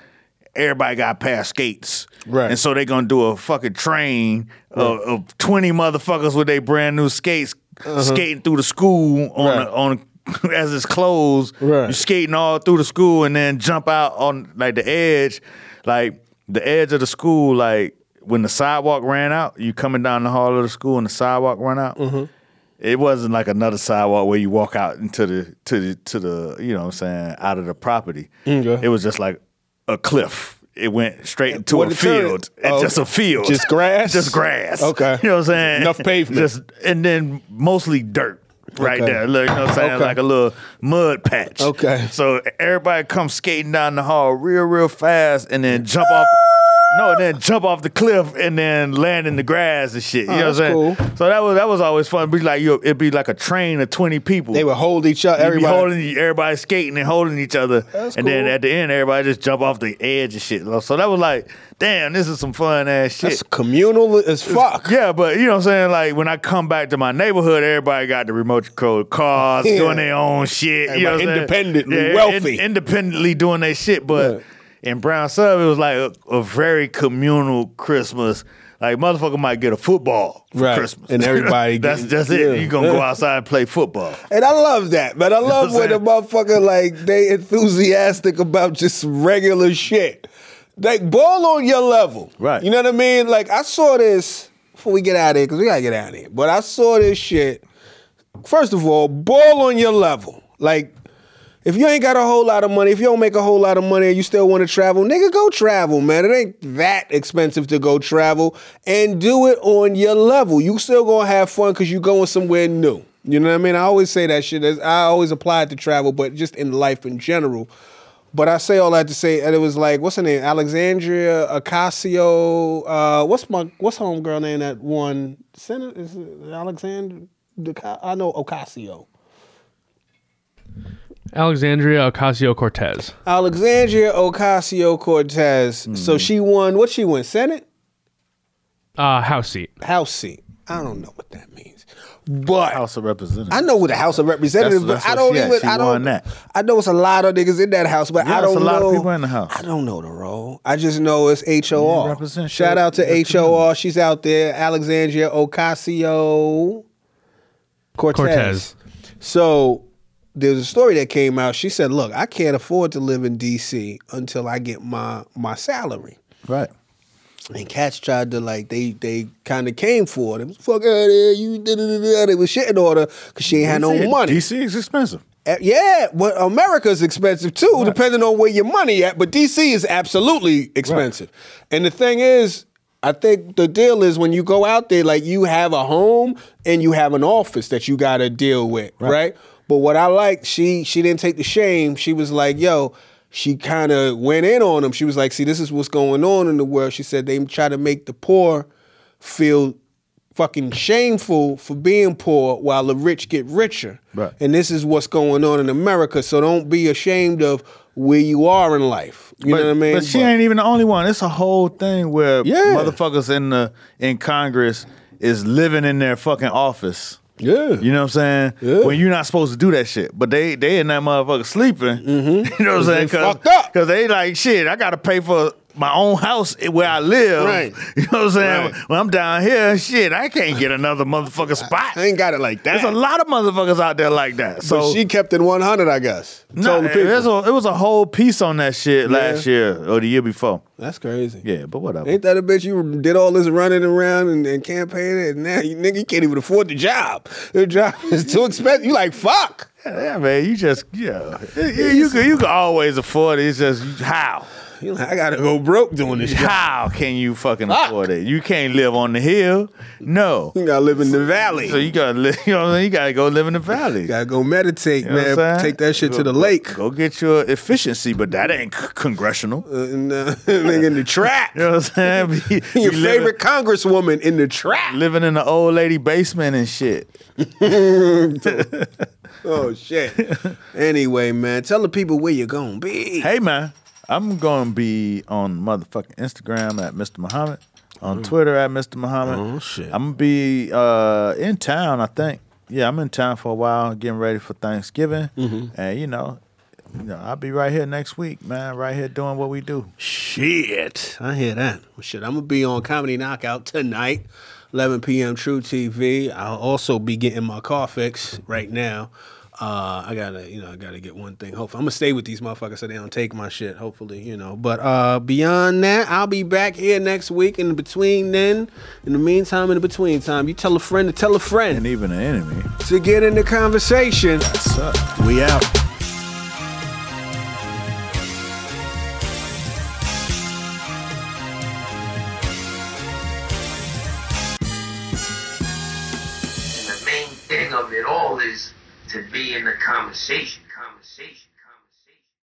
everybody got past skates.
Right.
And so they going to do a fucking train of, of 20 motherfuckers with their brand new skates skating through the school on
Uh-huh. Right.
a, on as it's closed.
Right.
You skating all through the school and then jump out on like the edge, like the edge of the school, like when the sidewalk ran out, you coming down the hall of the school and the sidewalk run out.
Mm-hmm.
It wasn't like another sidewalk where you walk out into the to the to the you know what I'm saying out of the property.
Okay.
It was just like a cliff. It went straight into
What
a
it turned-
field. It's
oh,
just a field.
just grass?
Just grass.
Okay.
You know what I'm saying?
Enough pavement.
Just and then mostly dirt right
Okay.
there. Look, you know what I'm saying?
Okay.
Like a little mud patch.
Okay.
So everybody come skating down the hall real, real fast and then jump off. No, and then jump off the cliff and then land in the grass and shit. You
Oh,
know what I'm
that's
saying? So that was that was always fun. Be like you, it'd be like a train of twenty people.
They would hold each other.
Everybody
Everybody
holding, everybody skating and holding each other,
That's
and then
cool.
at the end, everybody just jump off the edge and shit. So that was like, damn, this is some fun ass shit.
That's communal as fuck.
Yeah, but you know what I'm saying? Like when I come back to my neighborhood, everybody got the remote control cars,
Yeah.
doing their own shit. you know what
Everybody
I'm saying?
independently
in-
wealthy.
independently doing their shit. But in Brown Sub, it was like a, a very communal Christmas. Like motherfucker might get a football for
Right.
Christmas.
And everybody
That's
get-
just
yeah.
it. you gonna go outside and play football.
And I love that, but I love
what
when
I'm
the motherfucker like they enthusiastic about just regular shit. Like ball on your level.
Right.
You know what I mean? Like I saw this before we get out of here, because we gotta get out of here. But I saw this shit. First of all, ball on your level. Like, if you ain't got a whole lot of money, if you don't make a whole lot of money and you still wanna travel, nigga, go travel, man. It ain't that expensive to go travel. And do it on your level. You still gonna have fun because you going somewhere new. You know what I mean? I always say that shit. That's- I always apply it to travel, but just in life in general. But I say all that to say, and it was like, what's her name? Alexandria Ocasio. Uh, what's my what's home girl name that won? Senate is it Alexandra. Deca- I know Ocasio.
Alexandria Ocasio Cortez.
Alexandria Ocasio Cortez. So she won. What she won? Senate
Uh, house seat.
House seat. I don't know what that means, but
House of Representatives.
I know with the House of Representatives,
That's-
but I
that's
don't
what she
even.
had. She
I don't.
won that.
I know it's a lot of niggas in that house, but
Yeah,
I
it's
don't
a lot
know.
of people in the house.
I don't know the role. I just know it's HOR.
You represent
Shout
your-
out to
your
HOR. She's out there. Alexandria Ocasio Cortez.
Cortez.
So there's a story that came out. She said, "Look, I can't afford to live in D.C. until I get my my salary."
Right.
And cats tried to like they they kind of came for it. It was, Fuck out of here, you da da da da. They was shitting on her because she ain't had no
That's it.
money.
DC is expensive.
Uh, Yeah, but America's expensive too, depending on where your money at. But DC is absolutely expensive. And the thing is, I think the deal is when you go out there, like you have a home and you have an office that you got to deal with, right? But what I like, she she didn't take the shame. She was like, "Yo." She kind of went in on them. She was like, "See, this is what's going on in the world." She said they try to make the poor feel fucking shameful for being poor while the rich get richer.
Right.
And this is what's going on in America. So don't be ashamed of where you are in life. You know what I mean?
But she ain't even the only one. It's a whole thing where
Yeah.
motherfuckers in the in Congress is living in their fucking office.
Yeah.
You know what I'm saying?
Yeah.
When you're not supposed to do that shit, but they they in that motherfucker sleeping. You know what I'm saying?
Mm-hmm. they fucked up.
Because they like shit. I gotta pay for my own house where I live.
Right.
You know what I'm saying?
Right.
When I'm down here, shit, I can't get another motherfucking spot.
I ain't got it like that.
There's a lot of motherfuckers out there like that. So
but she kept it 100, I guess.
no,
Told the
it,
people.
was a, it was a whole piece on that shit last year or the year before.
That's crazy.
Yeah, but whatever.
Ain't that a bitch? You did all this running around and, and campaigning, and now you nigga you can't even afford the job. The job is too expensive. You like fuck.
yeah, man, you just yeah, you, you could you could always afford it. It's just how
You like I gotta go broke doing this. Job.
how can you fucking afford it? You can't live on the hill. No,
You gotta live in the valley.
so you gotta live. You know what I'm saying? You gotta go live in the valley.
You gotta go meditate,
You know what I'm
man.
saying?
Take that shit
Go-
to the
go-
lake.
Go, get your efficiency, but that ain't c- congressional.
in, uh, nigga in the trap.
You know what I'm saying? Be-
Your
be living-
favorite congresswoman in the trap.
living in the old lady basement and shit.
Oh shit. anyway, man, tell the people where you're gonna be.
Hey man, I'm gonna be on motherfucking Instagram at Mr. Muhammad, on Twitter at Mr. Muhammad.
Oh, shit.
I'm gonna be uh, in town, I think. Yeah, I'm in town for a while, getting ready for Thanksgiving, and you know, you know, I'll be right here next week, man. Right here doing what we do.
Shit, I hear that. Well, shit, I'm gonna be on Comedy Knockout tonight, 11 p.m. True TV. I'll also be getting my car fixed right now. Uh, I gotta, you know, I gotta get one thing. Hopefully, I'm gonna stay with these motherfuckers so they don't take my shit. Hopefully, you know. But uh, beyond that, I'll be back here next week. In between then, in the meantime, in the between time, you tell a friend to tell a
And
friend
even an enemy,
to get in the conversation.
what's up?
We out.
And the main thing of it all is to be in the conversation.